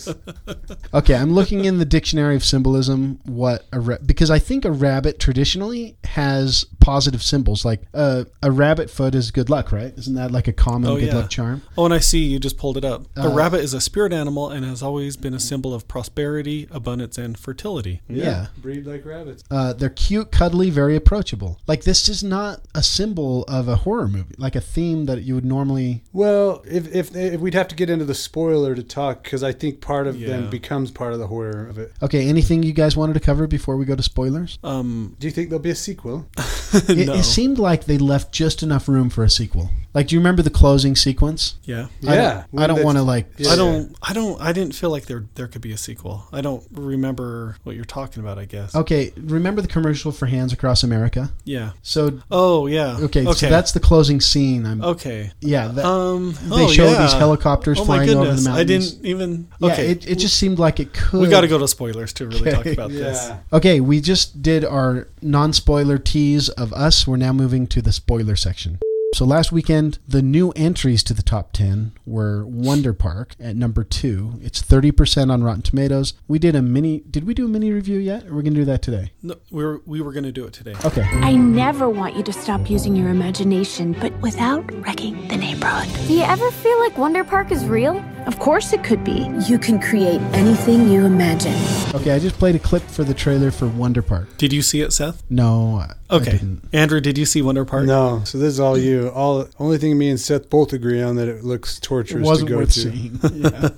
[SPEAKER 1] "Okay, I'm looking in the dictionary of symbolism. What a ra- because I think a rabbit traditionally has positive symbols. Like uh, a rabbit foot is good luck, right? Isn't that like a common
[SPEAKER 3] Oh,
[SPEAKER 1] good
[SPEAKER 3] yeah.
[SPEAKER 1] luck charm?
[SPEAKER 3] Oh, and I see you just pulled it up. a
[SPEAKER 1] Uh,
[SPEAKER 3] rabbit is a spirit animal and has always been a symbol of prosperity, abundance, and fertility.
[SPEAKER 1] Yeah.
[SPEAKER 2] breed like rabbits.
[SPEAKER 1] Uh, they're cute, cuddly, very approachable. Like this is not a symbol of a horror movie, like a theme that you would normally.
[SPEAKER 2] Well, if, if if we'd have to get into the spoiler to talk, because I think part of
[SPEAKER 3] Yeah.
[SPEAKER 2] them becomes part of the horror of it.
[SPEAKER 1] Okay, anything you guys wanted to cover before we go to spoilers?
[SPEAKER 3] Um,
[SPEAKER 2] Do you think there'll be a sequel?
[SPEAKER 1] It,
[SPEAKER 3] no.
[SPEAKER 1] it seemed like they left just enough room for a sequel. Like, do you remember the closing sequence?
[SPEAKER 3] yeah.
[SPEAKER 1] I don't-
[SPEAKER 2] Yeah,
[SPEAKER 1] I don't,
[SPEAKER 2] That's-
[SPEAKER 1] want to like.
[SPEAKER 2] Yeah.
[SPEAKER 3] I don't. I don't. I didn't feel like there there could be a sequel. I don't remember what you're talking about. I guess.
[SPEAKER 1] Okay, remember the commercial for Hands Across America?
[SPEAKER 3] Yeah.
[SPEAKER 1] So
[SPEAKER 3] Oh yeah.
[SPEAKER 1] okay,
[SPEAKER 3] Okay.
[SPEAKER 1] so that's the closing scene. I'm
[SPEAKER 3] okay.
[SPEAKER 1] yeah. That,
[SPEAKER 3] Um.
[SPEAKER 1] they
[SPEAKER 3] oh,
[SPEAKER 1] show
[SPEAKER 3] yeah.
[SPEAKER 1] these helicopters
[SPEAKER 3] Oh my
[SPEAKER 1] flying over the
[SPEAKER 3] goodness.
[SPEAKER 1] mountains.
[SPEAKER 3] I didn't even.
[SPEAKER 1] Yeah,
[SPEAKER 3] Okay.
[SPEAKER 1] it, it just seemed like it could.
[SPEAKER 3] we got to go to spoilers to really talk
[SPEAKER 1] Okay.
[SPEAKER 3] about this.
[SPEAKER 2] Yeah.
[SPEAKER 1] Okay, we just did our non-spoiler tease of us. We're now moving to the spoiler section. So last weekend, the new entries to the top 10 were Wonder Park at number two. It's 30% on Rotten Tomatoes. We did a mini, did we do a mini review yet? Or we're going to do that today?
[SPEAKER 3] No, we were, we were going to do it today.
[SPEAKER 1] Okay.
[SPEAKER 7] I never want you to stop using your imagination, but without wrecking the neighborhood.
[SPEAKER 5] Do you ever feel like Wonder Park is real?
[SPEAKER 7] Of course it could be. You can create anything you imagine.
[SPEAKER 1] Okay, I just played a clip for the trailer for Wonder Park.
[SPEAKER 3] Did you see it, Seth?
[SPEAKER 1] No, I- I
[SPEAKER 3] Okay.
[SPEAKER 1] didn't.
[SPEAKER 3] Andrew, did you see Wonder Park?
[SPEAKER 2] No, so this is all you. All only thing me and Seth both agree on that it looks
[SPEAKER 1] It
[SPEAKER 2] torturous
[SPEAKER 1] wasn't
[SPEAKER 2] to go
[SPEAKER 1] worth
[SPEAKER 2] to.
[SPEAKER 1] seeing.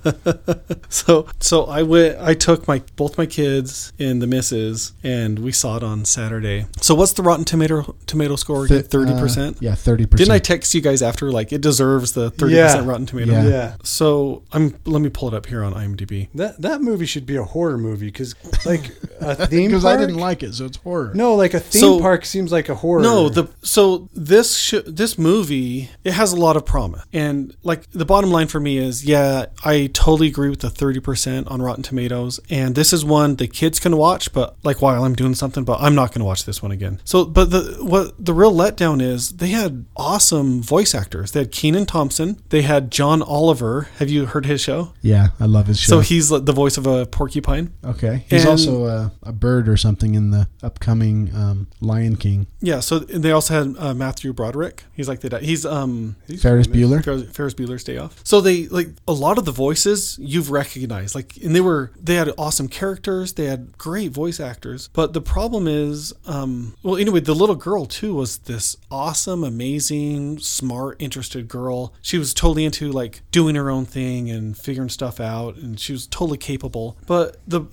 [SPEAKER 3] So so I went I took my both my kids and the missus and we saw it on Saturday. So what's the Rotten Tomato tomato score again?
[SPEAKER 1] Th-
[SPEAKER 3] Thirty
[SPEAKER 1] uh,
[SPEAKER 3] percent?
[SPEAKER 1] yeah, 30%.
[SPEAKER 3] Didn't I text you guys after like it deserves the thirty percent
[SPEAKER 2] Yeah.
[SPEAKER 3] Rotten Tomato?
[SPEAKER 1] Yeah.
[SPEAKER 2] Yeah.
[SPEAKER 3] So I'm let me pull it up here on IMDb.
[SPEAKER 2] That that movie should be a horror movie because like a theme
[SPEAKER 1] Because I
[SPEAKER 2] park.
[SPEAKER 1] didn't like it, so it's horror.
[SPEAKER 2] no, like a theme
[SPEAKER 3] So-
[SPEAKER 2] park seems like a horror.
[SPEAKER 3] No, the so this sh- this movie it has a lot of promise, and like the bottom line for me is, yeah, I totally agree with the thirty percent on Rotten Tomatoes, and this is one the kids can watch, but like while I'm doing something, but I'm not going to watch this one again. So, but the what the real letdown is, they had awesome voice actors. They had Keenan Thompson, they had John Oliver. Have you heard his show?
[SPEAKER 1] Yeah, I love his show.
[SPEAKER 3] So he's like, the voice of a porcupine.
[SPEAKER 1] okay. He's
[SPEAKER 3] and-
[SPEAKER 1] also a, a bird or something in the upcoming um, Lion King.
[SPEAKER 3] Yeah. So they also had uh, Matthew Broderick. He's like the di- he's um
[SPEAKER 1] Ferris Bueller.
[SPEAKER 3] Ferris, Ferris Bueller's Day Off. So they like a lot of the voices you've recognized, like, and they were they had awesome characters, they had great voice actors. But the problem is, um, well, anyway, the little girl too was this awesome, amazing, smart, interested girl. She was totally into like doing her own thing and figuring stuff out, and she was totally capable. But the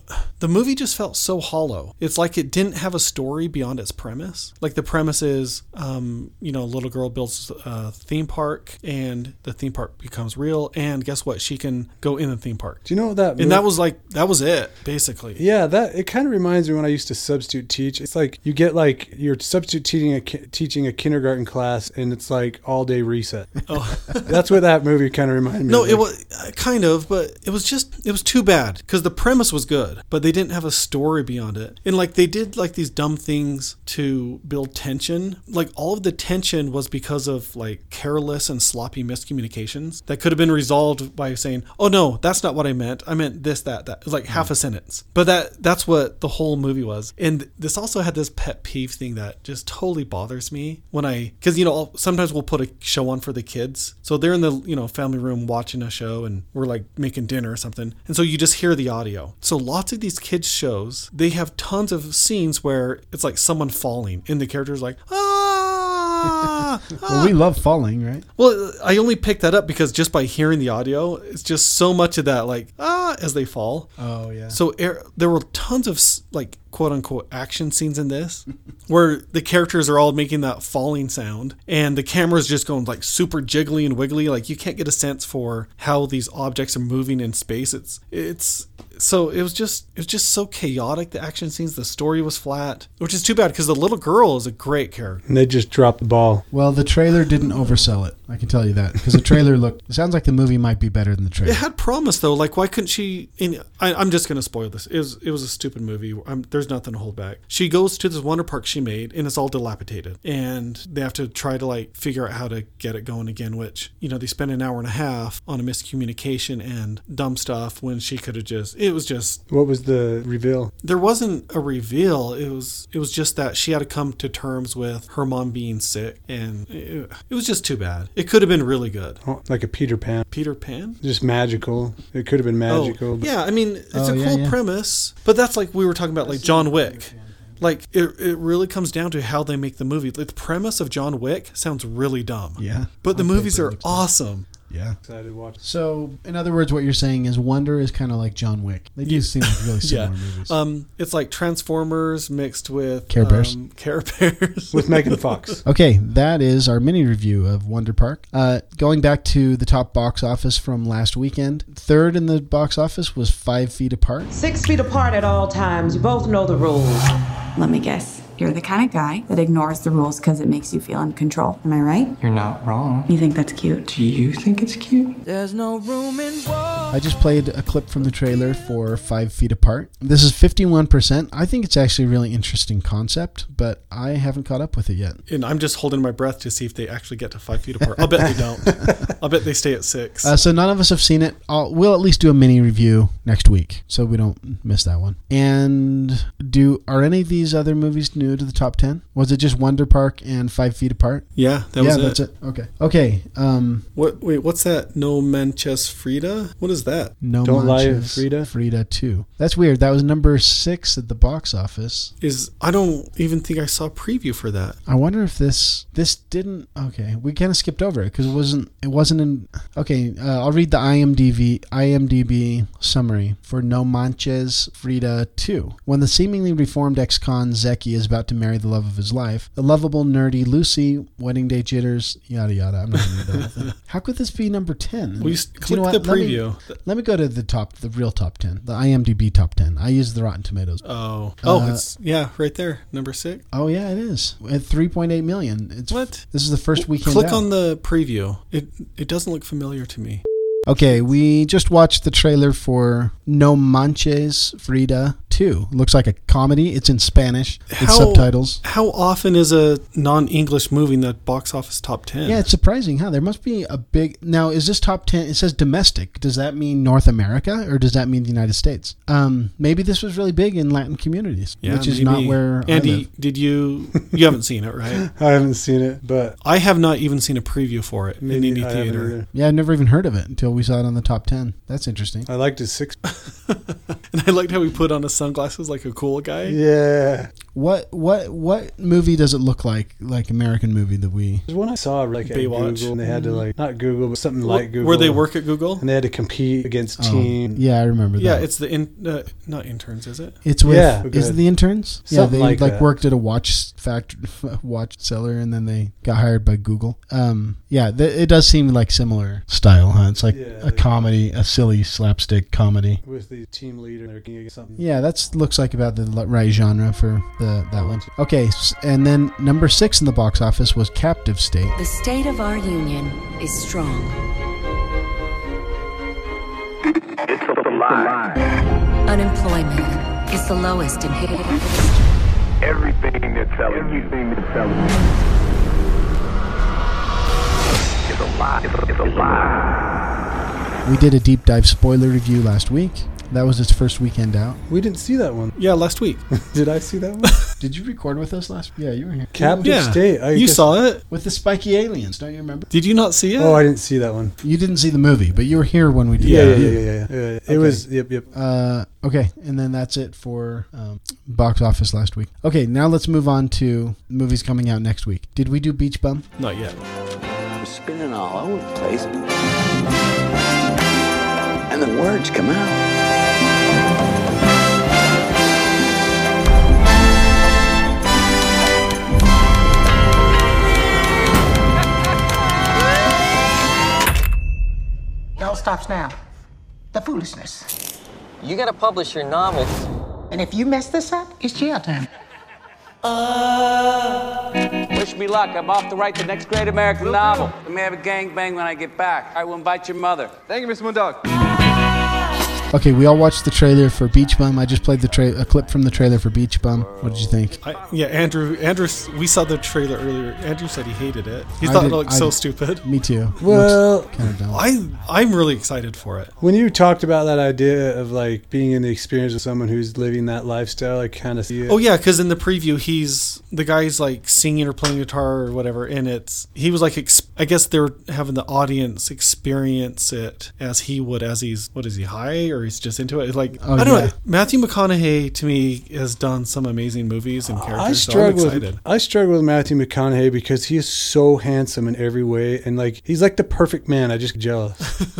[SPEAKER 3] the movie just felt so hollow. It's like it didn't have a story beyond its premise. Like the premise is, um, you know, a little girl builds a theme park, and the theme park becomes real. And guess what? She can go in the theme park.
[SPEAKER 2] Do you know what that?
[SPEAKER 3] And that
[SPEAKER 2] mov-
[SPEAKER 3] was like that was it basically.
[SPEAKER 2] Yeah, that it kind of reminds me when I used to substitute teach. It's like you get like you're substitute teaching a ki- teaching a kindergarten class, and it's like all day reset.
[SPEAKER 3] Oh.
[SPEAKER 2] That's what that movie kind of reminded me.
[SPEAKER 3] No,
[SPEAKER 2] of.
[SPEAKER 3] it was uh, kind of, but it was just it was too bad because the premise was good, but they didn't have a story beyond it. And like they did like these dumb things to build tension. Like all of the tension was because of like careless and sloppy miscommunications that could have been resolved by saying, "Oh no, that's not what I meant. I meant this, that, that." It was like half a sentence, but that that's what the whole movie was. And this also had this pet peeve thing that just totally bothers me when I because you know I'll- sometimes we'll put a show on for the kids, so they're in the you know family room watching a show and we're like making dinner or something, and so you just hear the audio. So lots of these kids shows they have tons of scenes where it's like someone falling and the character's like ah.
[SPEAKER 1] Well, we love falling, right?
[SPEAKER 3] Well, I only picked that up because just by hearing the audio, it's just so much of that, like, ah, as they fall.
[SPEAKER 1] Oh, yeah.
[SPEAKER 3] So er, there were tons of, s- like, quote unquote action scenes in this where the characters are all making that falling sound and the camera's just going, like, super jiggly and wiggly. Like, you can't get a sense for how these objects are moving in space. It's, it's, so it was just it was just so chaotic the action scenes the story was flat which is too bad because the little girl is a great character
[SPEAKER 2] and they just dropped the ball.
[SPEAKER 1] Well, the trailer didn't oversell it. I can tell you that because the trailer looked. It sounds like the movie might be better than the trailer.
[SPEAKER 3] It had promise though. Like, why couldn't she? And I, I'm just gonna spoil this. It was it was a stupid movie. i there's nothing to hold back. She goes to this wonder park she made, and it's all dilapidated, and they have to try to like figure out how to get it going again. Which you know they spend an hour and a half on a miscommunication and dumb stuff when she could have just. It was just
[SPEAKER 2] What was the reveal?
[SPEAKER 3] there wasn't a reveal. It was it was just that she had to come to terms with her mom being sick, and it, it was just too bad. It could have been really good.
[SPEAKER 2] Oh, like a Peter Pan,
[SPEAKER 3] Peter Pan.
[SPEAKER 2] just magical. It could have been magical.
[SPEAKER 3] Oh,
[SPEAKER 2] but-
[SPEAKER 3] yeah, I mean, it's
[SPEAKER 1] Oh,
[SPEAKER 3] a
[SPEAKER 1] yeah,
[SPEAKER 3] cool
[SPEAKER 1] yeah.
[SPEAKER 3] premise, but that's like we were talking about, like John Wick. Like it, it really comes down to how they make the movie. Like, the premise of John Wick sounds really dumb.
[SPEAKER 1] Yeah.
[SPEAKER 3] But the
[SPEAKER 1] On
[SPEAKER 3] movies
[SPEAKER 1] paper, it
[SPEAKER 3] are
[SPEAKER 1] looks dumb.
[SPEAKER 3] awesome.
[SPEAKER 1] yeah.
[SPEAKER 2] Excited to watch.
[SPEAKER 1] So, in other words, what you're saying is Wonder is kind of like John Wick. They do seem like really similar movies.
[SPEAKER 3] Um, it's like Transformers mixed with
[SPEAKER 1] Care Bears.
[SPEAKER 3] Um, Care Bears.
[SPEAKER 2] with Megan Fox.
[SPEAKER 1] Okay, that is our mini review of Wonder Park. Uh, going back to the top box office from last weekend, third in the box office was Five Feet Apart.
[SPEAKER 8] Six feet apart at all times. You both know the rules.
[SPEAKER 7] Let me guess.
[SPEAKER 8] You're the kind of guy that ignores the rules because it makes you feel in control. Am I right?
[SPEAKER 9] You're not wrong.
[SPEAKER 8] You think that's cute?
[SPEAKER 9] Do you think it's cute?
[SPEAKER 1] I just played a clip from the trailer for Five Feet Apart. This is 51%. I think it's actually a really interesting concept, but I haven't caught up with it yet.
[SPEAKER 3] And I'm just holding my breath to see if they actually get to five feet apart. I'll bet they don't. I'll bet they stay at six.
[SPEAKER 1] Uh, so none of us have seen it. I'll, we'll at least do a mini review next week, so we don't miss that one. And do are any of these other movies new to the top ten? Was it just Wonder Park and Five Feet Apart?
[SPEAKER 3] yeah, that
[SPEAKER 1] yeah,
[SPEAKER 3] was
[SPEAKER 1] that's
[SPEAKER 3] it.
[SPEAKER 1] it. Okay, okay. Um,
[SPEAKER 3] What? Wait, what's that? No Manches Frida? What is that?
[SPEAKER 1] no,
[SPEAKER 2] Don't Lie,
[SPEAKER 1] Manches,
[SPEAKER 2] Frida.
[SPEAKER 1] Frida two. That's weird. That was number six at the box office.
[SPEAKER 3] Is I don't even think I saw a preview for that.
[SPEAKER 1] I wonder if this this didn't. Okay, we kind of skipped over it because it wasn't it wasn't in. Okay, uh, I'll read the IMDb IMDb summary for No Manches Frida Two. When the seemingly reformed ex-con Zeki is about to marry the love of his life, the lovable nerdy Lucy, wedding day jitters, yada yada. I'm not gonna read that. whole thing. How could this be number ten?
[SPEAKER 3] We s-
[SPEAKER 1] Do you know
[SPEAKER 3] clicked
[SPEAKER 1] what?
[SPEAKER 3] the
[SPEAKER 1] Let me-
[SPEAKER 3] preview.
[SPEAKER 1] let me go to the top, the real top ten, the IMDb top ten. I used the Rotten Tomatoes.
[SPEAKER 3] Oh, oh,
[SPEAKER 1] Uh,
[SPEAKER 3] it's yeah, right there, number six.
[SPEAKER 1] Oh yeah, it is at three point eight million. It's
[SPEAKER 3] What?
[SPEAKER 1] This is the first weekend.
[SPEAKER 3] Click
[SPEAKER 1] out.
[SPEAKER 3] on the preview. It it doesn't look familiar to me.
[SPEAKER 1] Okay, we just watched the trailer for No Manches Frida 2. Looks like a comedy. It's in Spanish. It's
[SPEAKER 3] How-
[SPEAKER 1] subtitles.
[SPEAKER 3] How often is a non-English movie in the box office top ten?
[SPEAKER 1] Yeah, it's surprising, huh? There must be a big. Now, is this top 10? It says domestic. Does that mean North America or does that mean the United States? Um, maybe this was really big in Latin communities,
[SPEAKER 3] Yeah,
[SPEAKER 1] which is not
[SPEAKER 3] maybe.
[SPEAKER 1] where
[SPEAKER 3] Andy,
[SPEAKER 1] I live.
[SPEAKER 3] did you? You haven't seen it, right?
[SPEAKER 2] I haven't seen it, but
[SPEAKER 3] I have not even seen a preview for it in
[SPEAKER 2] maybe
[SPEAKER 3] any
[SPEAKER 2] I haven't
[SPEAKER 3] theater.
[SPEAKER 2] either.
[SPEAKER 1] Yeah, I've never even heard of it until we saw it on the top 10. That's interesting.
[SPEAKER 2] I liked his six.
[SPEAKER 3] And I liked how he put on his sunglasses like a cool guy.
[SPEAKER 2] Yeah,
[SPEAKER 1] What what what movie does it look like, like American movie that we.
[SPEAKER 2] there's one I saw like at
[SPEAKER 3] Baywatch.
[SPEAKER 2] Google, and they had to like not Google, but something
[SPEAKER 3] Well,
[SPEAKER 2] like Google,
[SPEAKER 3] Where they work at Google.
[SPEAKER 2] and they had to compete against
[SPEAKER 1] Oh,
[SPEAKER 2] team.
[SPEAKER 1] yeah, I remember that.
[SPEAKER 3] Yeah, it's the in, uh, not interns, is it?
[SPEAKER 1] It's with
[SPEAKER 2] Yeah,
[SPEAKER 1] is it
[SPEAKER 2] good.
[SPEAKER 1] the interns?
[SPEAKER 2] Something
[SPEAKER 1] yeah, they
[SPEAKER 2] like
[SPEAKER 1] like,
[SPEAKER 2] that.
[SPEAKER 1] worked at a watch factory, watch seller, and then they got hired by Google. Um, yeah, th- it does seem like similar style, huh? It's like
[SPEAKER 2] Yeah.
[SPEAKER 1] a comedy, a silly slapstick comedy.
[SPEAKER 2] with the team leader. They're getting against something.
[SPEAKER 1] Yeah, that's looks like about the li- right genre for the that one. Okay, s- and then number six in the box office was Captive State.
[SPEAKER 10] The state of our union is strong. Unemployment is the lowest in history.
[SPEAKER 4] Everything they're telling you. Everything they're telling you. It's a lie. It's a, it's a lie.
[SPEAKER 1] We did a deep dive spoiler review last week. That was its first weekend out.
[SPEAKER 2] we didn't see that one.
[SPEAKER 3] Yeah, last week.
[SPEAKER 2] Did I see that one?
[SPEAKER 1] Did you record with us last? Yeah, you were here.
[SPEAKER 2] Captive
[SPEAKER 3] yeah,
[SPEAKER 2] State. I
[SPEAKER 3] you
[SPEAKER 2] guess-
[SPEAKER 3] saw it.
[SPEAKER 1] with the spiky aliens. Don't you remember?
[SPEAKER 3] Did you not see it?
[SPEAKER 2] Oh, I didn't see that one.
[SPEAKER 1] You didn't see the movie, but you were here when we did.
[SPEAKER 2] Yeah,
[SPEAKER 1] the
[SPEAKER 2] yeah, yeah,
[SPEAKER 1] review.
[SPEAKER 2] yeah. yeah, yeah. It was. Yep, yep.
[SPEAKER 1] Uh, okay, and then that's it for um, box office last week. Okay, now let's move on to movies coming out next week. Did we do Beach Bum?
[SPEAKER 3] not yet.
[SPEAKER 9] We're spinning all over the place. And the words come out.
[SPEAKER 10] It all stops now. The foolishness.
[SPEAKER 9] You gotta publish your novel.
[SPEAKER 10] And if you mess this up, it's jail time.
[SPEAKER 9] Wish me luck. I'm off to write the next great American novel. Let me have a gangbang when I get back. I will invite your mother. Thank you, Mr. Moondog.
[SPEAKER 1] Okay, we all watched the trailer for Beach Bum. I just played the tra- a clip from the trailer for Beach Bum. What did you think?
[SPEAKER 3] I, yeah, Andrew. Andrew, s- we saw the trailer earlier. Andrew said he hated it. He
[SPEAKER 1] I
[SPEAKER 3] thought
[SPEAKER 1] did-
[SPEAKER 3] it looked
[SPEAKER 1] I
[SPEAKER 3] so
[SPEAKER 1] did.
[SPEAKER 3] stupid.
[SPEAKER 1] Me too.
[SPEAKER 2] Well,
[SPEAKER 1] kind of dumb.
[SPEAKER 3] I I'm really excited for it.
[SPEAKER 2] When you talked about that idea of like being in the experience of someone who's living that lifestyle, I kind of see it.
[SPEAKER 3] Oh yeah, because in the preview, he's the guy's like singing or playing guitar or whatever, and it's he was like ex- I guess they're having the audience experience it as he would as he's what is he high or he's just into it. It's like
[SPEAKER 1] Oh,
[SPEAKER 3] I don't
[SPEAKER 1] yeah.
[SPEAKER 3] know. Matthew McConaughey to me has done some amazing movies and characters.
[SPEAKER 2] I
[SPEAKER 3] so
[SPEAKER 2] struggle.
[SPEAKER 3] I'm excited.
[SPEAKER 2] With, I struggle with Matthew McConaughey because he is so handsome in every way, and like he's like the perfect man. I just get jealous.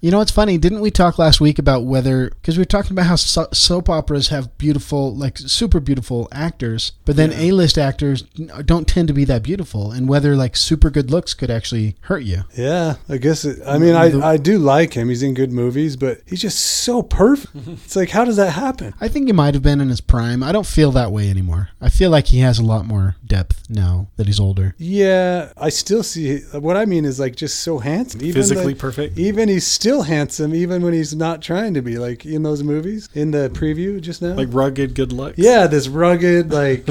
[SPEAKER 1] You know what's funny? Didn't we talk last week about whether because we were talking about how so- soap operas have beautiful, like super beautiful actors, but then A-list actors n- don't tend to be that beautiful, and whether like super good looks could actually hurt you.
[SPEAKER 2] yeah, I guess. It, I mean, I I do like him. He's in good movies, but he's just so perfect. It's like, how does that happen?
[SPEAKER 1] I think he might have been in his prime. I don't feel that way anymore. I feel like he has a lot more depth now that he's older.
[SPEAKER 2] Yeah, I still see. What I mean is like just so handsome, even
[SPEAKER 3] Physically
[SPEAKER 2] the-
[SPEAKER 3] perfect.
[SPEAKER 2] Even he's still handsome, even when he's not trying to be. Like in those movies, in the preview just now.
[SPEAKER 3] Like rugged good luck.
[SPEAKER 2] yeah, this rugged like.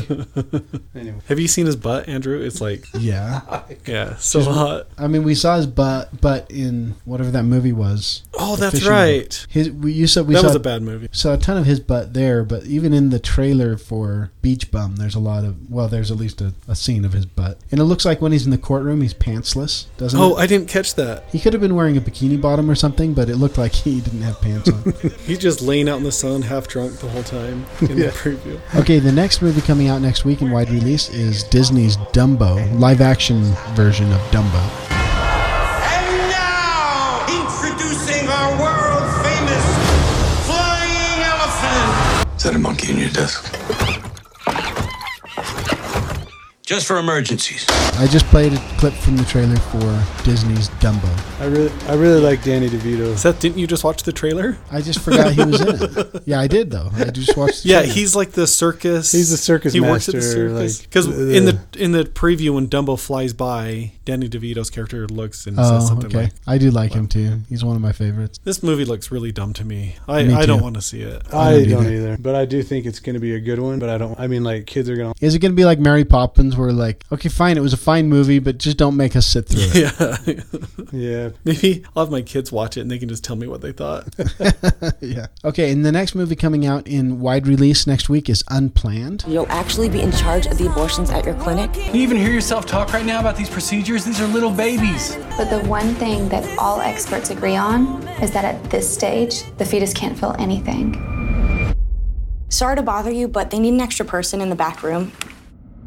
[SPEAKER 2] anyway,
[SPEAKER 3] Have you seen his butt, Andrew? It's like
[SPEAKER 1] Yeah.
[SPEAKER 3] yeah, so uh, hot.
[SPEAKER 1] I mean, we saw his butt, butt in whatever that movie was.
[SPEAKER 3] Oh,
[SPEAKER 1] The
[SPEAKER 3] that's
[SPEAKER 1] fishing-
[SPEAKER 3] right.
[SPEAKER 1] His, we, you said we
[SPEAKER 3] That
[SPEAKER 1] saw,
[SPEAKER 3] was a bad movie.
[SPEAKER 1] saw a ton of his butt there, but even in the trailer for Beach Bum, there's a lot of, well, there's at least a, a scene of his butt. And it looks like when he's in the courtroom, he's pantsless, doesn't
[SPEAKER 3] Oh,
[SPEAKER 1] it?
[SPEAKER 3] I didn't catch that.
[SPEAKER 1] He could have been wearing a bikini bottom or something, but it looked like he didn't have pants on.
[SPEAKER 3] He's just laying out in the sun, half drunk the whole time in the preview.
[SPEAKER 1] okay, the next movie coming out next week in wide release is Disney's Dumbo, live action version of Dumbo.
[SPEAKER 9] And now, introducing our world famous flying elephant.
[SPEAKER 4] Is that a monkey in your desk?
[SPEAKER 9] Just for emergencies.
[SPEAKER 1] I just played a clip from the trailer for Disney's Dumbo.
[SPEAKER 2] I really, I really like Danny DeVito.
[SPEAKER 3] Seth, didn't you just watch the trailer?
[SPEAKER 1] I just forgot he was in it. Yeah, I did though. I just watched. the
[SPEAKER 3] Yeah,
[SPEAKER 1] trailer.
[SPEAKER 3] he's like the circus.
[SPEAKER 2] He's the circus
[SPEAKER 3] He works at the
[SPEAKER 2] master,
[SPEAKER 3] circus
[SPEAKER 2] like,
[SPEAKER 3] because
[SPEAKER 2] the-
[SPEAKER 3] in the in the preview when Dumbo flies by, Danny DeVito's character looks and says
[SPEAKER 1] Oh,
[SPEAKER 3] something
[SPEAKER 1] okay.
[SPEAKER 3] like,
[SPEAKER 1] I do like him too. He's one of my favorites.
[SPEAKER 3] "This movie looks really dumb to me. I,
[SPEAKER 1] Me
[SPEAKER 3] I don't
[SPEAKER 1] too.
[SPEAKER 3] want to see it."
[SPEAKER 2] I
[SPEAKER 1] don't
[SPEAKER 2] don't,
[SPEAKER 1] do that.
[SPEAKER 2] either, but I do think it's going to be a good one. But I don't. I mean, like kids are going to.
[SPEAKER 1] Is it going to be like Mary Poppins, where like, okay, fine, it was a fine movie, but just don't make us sit through it?
[SPEAKER 3] Yeah,
[SPEAKER 2] Yeah,
[SPEAKER 3] maybe I'll have my kids watch it and they can just tell me what they thought.
[SPEAKER 1] yeah. Okay, and the next movie coming out in wide release next week is Unplanned.
[SPEAKER 10] You'll actually be in charge of the abortions at your clinic?
[SPEAKER 9] Can you even hear yourself talk right now about these procedures? These are little babies.
[SPEAKER 5] But the one thing that all experts agree on is that at this stage, the fetus can't feel anything.
[SPEAKER 6] Sorry to bother you, but they need an extra person in the back room.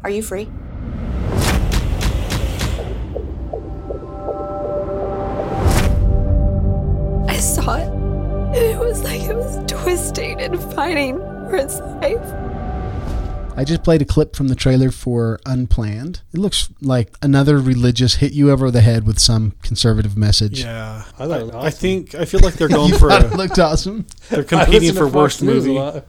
[SPEAKER 6] Are you free?
[SPEAKER 7] I saw it, and it was like it was twisting and fighting for its life.
[SPEAKER 1] I just played a clip from the trailer for Unplanned. It looks like another religious hit you over the head with some conservative message.
[SPEAKER 3] Yeah, I,
[SPEAKER 2] I thought it was
[SPEAKER 3] I
[SPEAKER 2] awesome.
[SPEAKER 3] think I feel like they're going for
[SPEAKER 1] It
[SPEAKER 3] a,
[SPEAKER 1] looked awesome.
[SPEAKER 3] they're
[SPEAKER 2] I
[SPEAKER 3] competing
[SPEAKER 2] listen to
[SPEAKER 3] for
[SPEAKER 2] Fox
[SPEAKER 3] worst
[SPEAKER 2] News a
[SPEAKER 3] movie.
[SPEAKER 2] lot.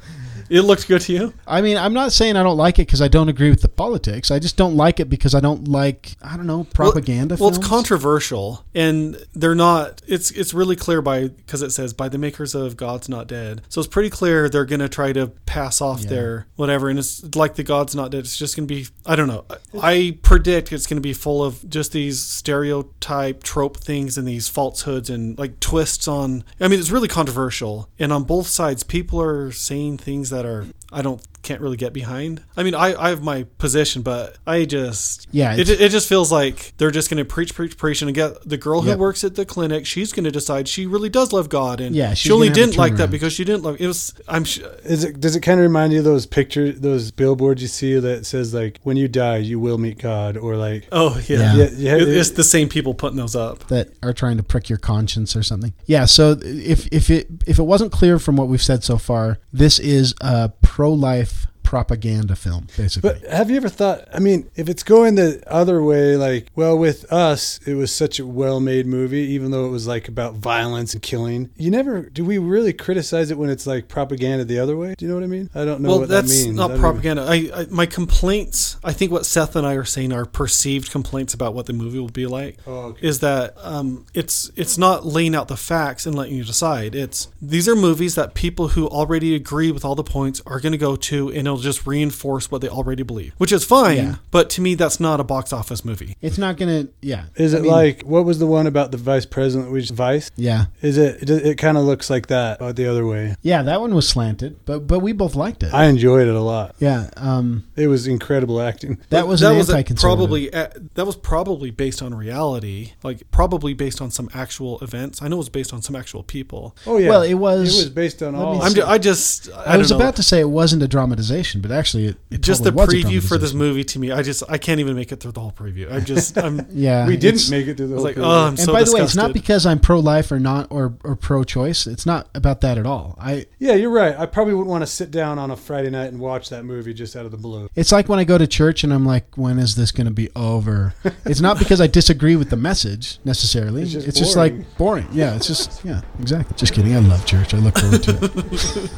[SPEAKER 3] It looked good to you.
[SPEAKER 1] I mean, I'm not saying I don't like it because I don't agree with the politics. I just don't like it because I don't like, I don't know, propaganda.
[SPEAKER 3] Well, it's
[SPEAKER 1] films?
[SPEAKER 3] controversial, and they're not. It's it's really clear by because it says by the makers of God's Not Dead, so it's pretty clear they're gonna try to pass off their whatever, and it's like the God's Not Dead. It's just gonna be I don't know. I predict it's gonna be full of just these stereotype trope things and these falsehoods and like twists on. I mean, it's really controversial, and on both sides, people are saying things that are I don't can't really get behind. I mean, I I have my position, but I just
[SPEAKER 1] Yeah,
[SPEAKER 3] it,
[SPEAKER 1] it's-
[SPEAKER 3] it just feels like they're just going to preach, preach, preach, and get the girl who
[SPEAKER 1] Yep.
[SPEAKER 3] works at the clinic. She's going to decide she really does love God, and
[SPEAKER 1] Yeah, she's
[SPEAKER 3] she
[SPEAKER 1] gonna
[SPEAKER 3] only
[SPEAKER 1] have a
[SPEAKER 3] didn't like that
[SPEAKER 1] turnaround.
[SPEAKER 3] because she didn't love. It was I'm sh-
[SPEAKER 2] Is it? Does it kind of remind you of those pictures, those billboards you see that says like, "When you die, you will meet God," or like,
[SPEAKER 3] oh
[SPEAKER 1] Yeah.
[SPEAKER 3] yeah,
[SPEAKER 1] Yeah,
[SPEAKER 2] yeah,
[SPEAKER 3] It-
[SPEAKER 2] it-
[SPEAKER 3] it's the same people putting those up.
[SPEAKER 1] that are trying to prick your conscience or something. Yeah. So if if it if it wasn't clear from what we've said so far, this is a pro life propaganda film, basically.
[SPEAKER 2] But have you ever thought? I mean, if it's going the other way, like, well, with us, it was such a well-made movie, even though it was like about violence and killing. You never do we really criticize it when it's like propaganda the other way? Do you know what I mean? I don't know
[SPEAKER 3] Well,
[SPEAKER 2] what
[SPEAKER 3] that's
[SPEAKER 2] that means. I
[SPEAKER 3] not
[SPEAKER 2] don't even-
[SPEAKER 3] propaganda. I, I my complaints. I think what Seth and I are saying are perceived complaints about what the movie will be like.
[SPEAKER 2] Oh, okay.
[SPEAKER 3] Is that um, it's it's not laying out the facts and letting you decide. It's these are movies that people who already agree with all the points are going to go to, and it'll just reinforce what they already believe, which is fine.
[SPEAKER 1] Yeah.
[SPEAKER 3] But to me, that's not a box office movie.
[SPEAKER 1] it's not gonna. Yeah.
[SPEAKER 2] Is
[SPEAKER 1] I
[SPEAKER 2] it
[SPEAKER 1] mean,
[SPEAKER 2] like what was the one about the vice president? that We just, vice.
[SPEAKER 1] Yeah.
[SPEAKER 2] Is it? It, it kind of looks like that, but the other way.
[SPEAKER 1] Yeah. That one was slanted, but but we both liked it.
[SPEAKER 2] I enjoyed it a lot.
[SPEAKER 1] yeah. Um.
[SPEAKER 2] It was incredible acting.
[SPEAKER 1] That was
[SPEAKER 3] that
[SPEAKER 1] an
[SPEAKER 3] was a-
[SPEAKER 1] anti-conservative.
[SPEAKER 3] probably a- that was probably based on reality, like probably based on some actual events. I know it was based on some actual people.
[SPEAKER 2] Oh yeah.
[SPEAKER 1] Well, it was-
[SPEAKER 2] It was based on
[SPEAKER 1] let me
[SPEAKER 2] all.
[SPEAKER 1] see.
[SPEAKER 3] I'm ju- I just I,
[SPEAKER 1] I, was
[SPEAKER 3] don't know.
[SPEAKER 1] about to say it wasn't a dramatization. explanation, but actually, it, it
[SPEAKER 3] just
[SPEAKER 1] totally was a
[SPEAKER 3] the preview for this
[SPEAKER 1] dramatization.
[SPEAKER 3] movie to me, I just I can't even make it through the whole preview. I'm just I'm
[SPEAKER 1] Yeah,
[SPEAKER 2] we
[SPEAKER 1] it's-
[SPEAKER 2] didn't make it through the
[SPEAKER 3] I
[SPEAKER 2] whole
[SPEAKER 3] was like,
[SPEAKER 2] period.
[SPEAKER 3] oh, I'm
[SPEAKER 1] And
[SPEAKER 3] so
[SPEAKER 1] by the way,
[SPEAKER 3] disgusted.
[SPEAKER 1] it's not because I'm pro-life or not or, or pro-choice. It's not about that at all. I
[SPEAKER 2] yeah, you're right. I probably wouldn't want to sit down on a Friday night and watch that movie just out of the blue.
[SPEAKER 1] It's like when I go to church and I'm like, when is this going to be over? It's not because I disagree with the message necessarily. It's
[SPEAKER 2] It's
[SPEAKER 1] just,
[SPEAKER 2] just boring.
[SPEAKER 1] like boring. Yeah, it's just, yeah, exactly. Just kidding. I love church. I look forward to it.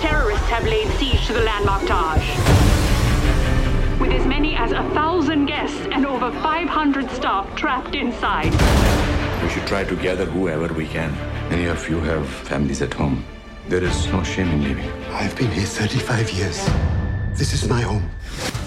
[SPEAKER 11] Terrorists have laid siege to the landmark Taj. With as many as a thousand guests and over 500 staff trapped inside.
[SPEAKER 12] We should try to gather whoever we can. Many of you have families at home. There is no shame in leaving. I've been here 35 years. This is my home.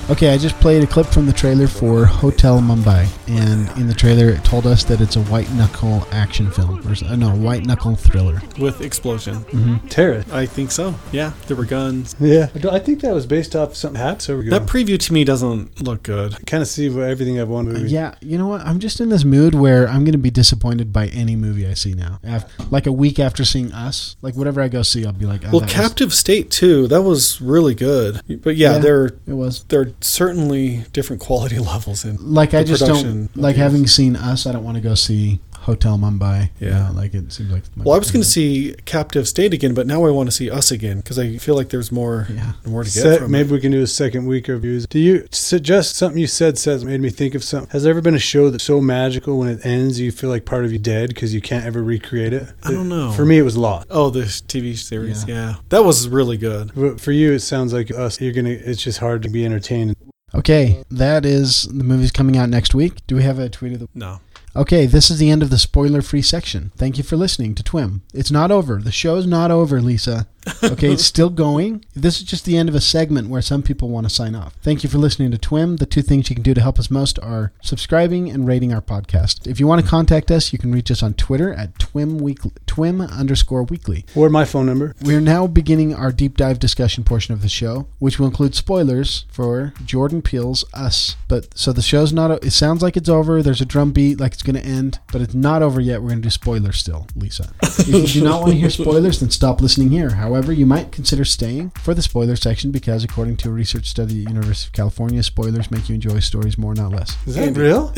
[SPEAKER 1] Okay, I just played a clip from the trailer for Hotel Mumbai. And in the trailer, it told us that it's a white knuckle action film. Or, s- uh, no, white knuckle thriller.
[SPEAKER 3] with explosion.
[SPEAKER 1] Mm-hmm.
[SPEAKER 2] Terror.
[SPEAKER 3] I think so. Yeah, there were guns.
[SPEAKER 2] Yeah, I don't- I think that was based off something happened over
[SPEAKER 3] That preview to me doesn't look good.
[SPEAKER 2] kind of see what- everything I've wanted. to be.
[SPEAKER 1] Uh, Yeah, you know what? I'm just in this mood where I'm going to be disappointed by any movie I see now. Af like a week after seeing Us, like whatever I go see, I'll be like, oh,
[SPEAKER 3] Well,
[SPEAKER 1] that was-
[SPEAKER 3] Captive State too. That was really good. But yeah,
[SPEAKER 1] Yeah.
[SPEAKER 3] there
[SPEAKER 1] it was.
[SPEAKER 3] there are certainly different quality levels in
[SPEAKER 1] like I
[SPEAKER 3] the
[SPEAKER 1] just
[SPEAKER 3] production
[SPEAKER 1] don't
[SPEAKER 3] of
[SPEAKER 1] like
[SPEAKER 3] these.
[SPEAKER 1] having seen us. I don't want to go see Hotel Mumbai.
[SPEAKER 3] Yeah.
[SPEAKER 1] You know, like it seems like. my-
[SPEAKER 3] Well, I was going to see Captive State again, but now I want to see Us again because I feel like there's more
[SPEAKER 1] Yeah.
[SPEAKER 3] more to get
[SPEAKER 2] Set,
[SPEAKER 3] from
[SPEAKER 2] maybe we can do a second week of reviews. Do you suggest something you said says made me think of something? Has there ever been a show that's so magical when it ends you feel like part of you dead because you can't ever recreate it?
[SPEAKER 3] I don't know.
[SPEAKER 2] For me, it was Lost.
[SPEAKER 3] Oh, this TV series,
[SPEAKER 1] Yeah.
[SPEAKER 3] yeah. That was really good.
[SPEAKER 2] But for you, it sounds like us. You're gonna. It's just hard to be entertained.
[SPEAKER 1] Okay, that is the movie's coming out next week. Do we have a tweet of the?
[SPEAKER 3] No.
[SPEAKER 1] Okay, this is the end of the spoiler-free section. Thank you for listening to Twim. It's not over. The show's not over, Lisa. Okay, it's still going. This is just the end of a segment where some people want to sign off. Thank you for listening to Twim. The two things you can do to help us most are subscribing and rating our podcast. If you want to contact us, you can reach us on Twitter at Twim Weekly, Twim underscore Weekly.
[SPEAKER 2] Or my phone number.
[SPEAKER 1] We are now beginning our deep dive discussion portion of the show, which will include spoilers for Jordan Peele's Us. But so the show's not. It sounds like it's over. There's a drum beat, like it's going to end, but it's not over yet. We're going to do spoilers still, Lisa. if you do not want to hear spoilers, then stop listening here. However, you might consider staying for the spoiler section because, according to a research study at the University of California, spoilers make you enjoy stories more, not less.
[SPEAKER 2] Is that real?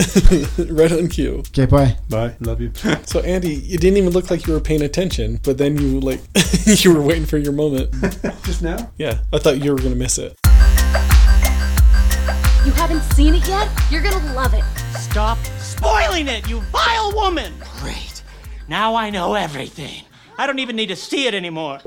[SPEAKER 3] right on cue.
[SPEAKER 1] Okay, bye.
[SPEAKER 2] Bye. Love you.
[SPEAKER 3] So Andy, you didn't even look like you were paying attention, but then you like you were waiting for your moment.
[SPEAKER 2] just now.
[SPEAKER 3] Yeah, I thought you were going to miss it.
[SPEAKER 7] You haven't seen it yet? You're gonna love it.
[SPEAKER 11] Stop spoiling it, you vile woman! Great. Now I know everything. I don't even need to see it anymore.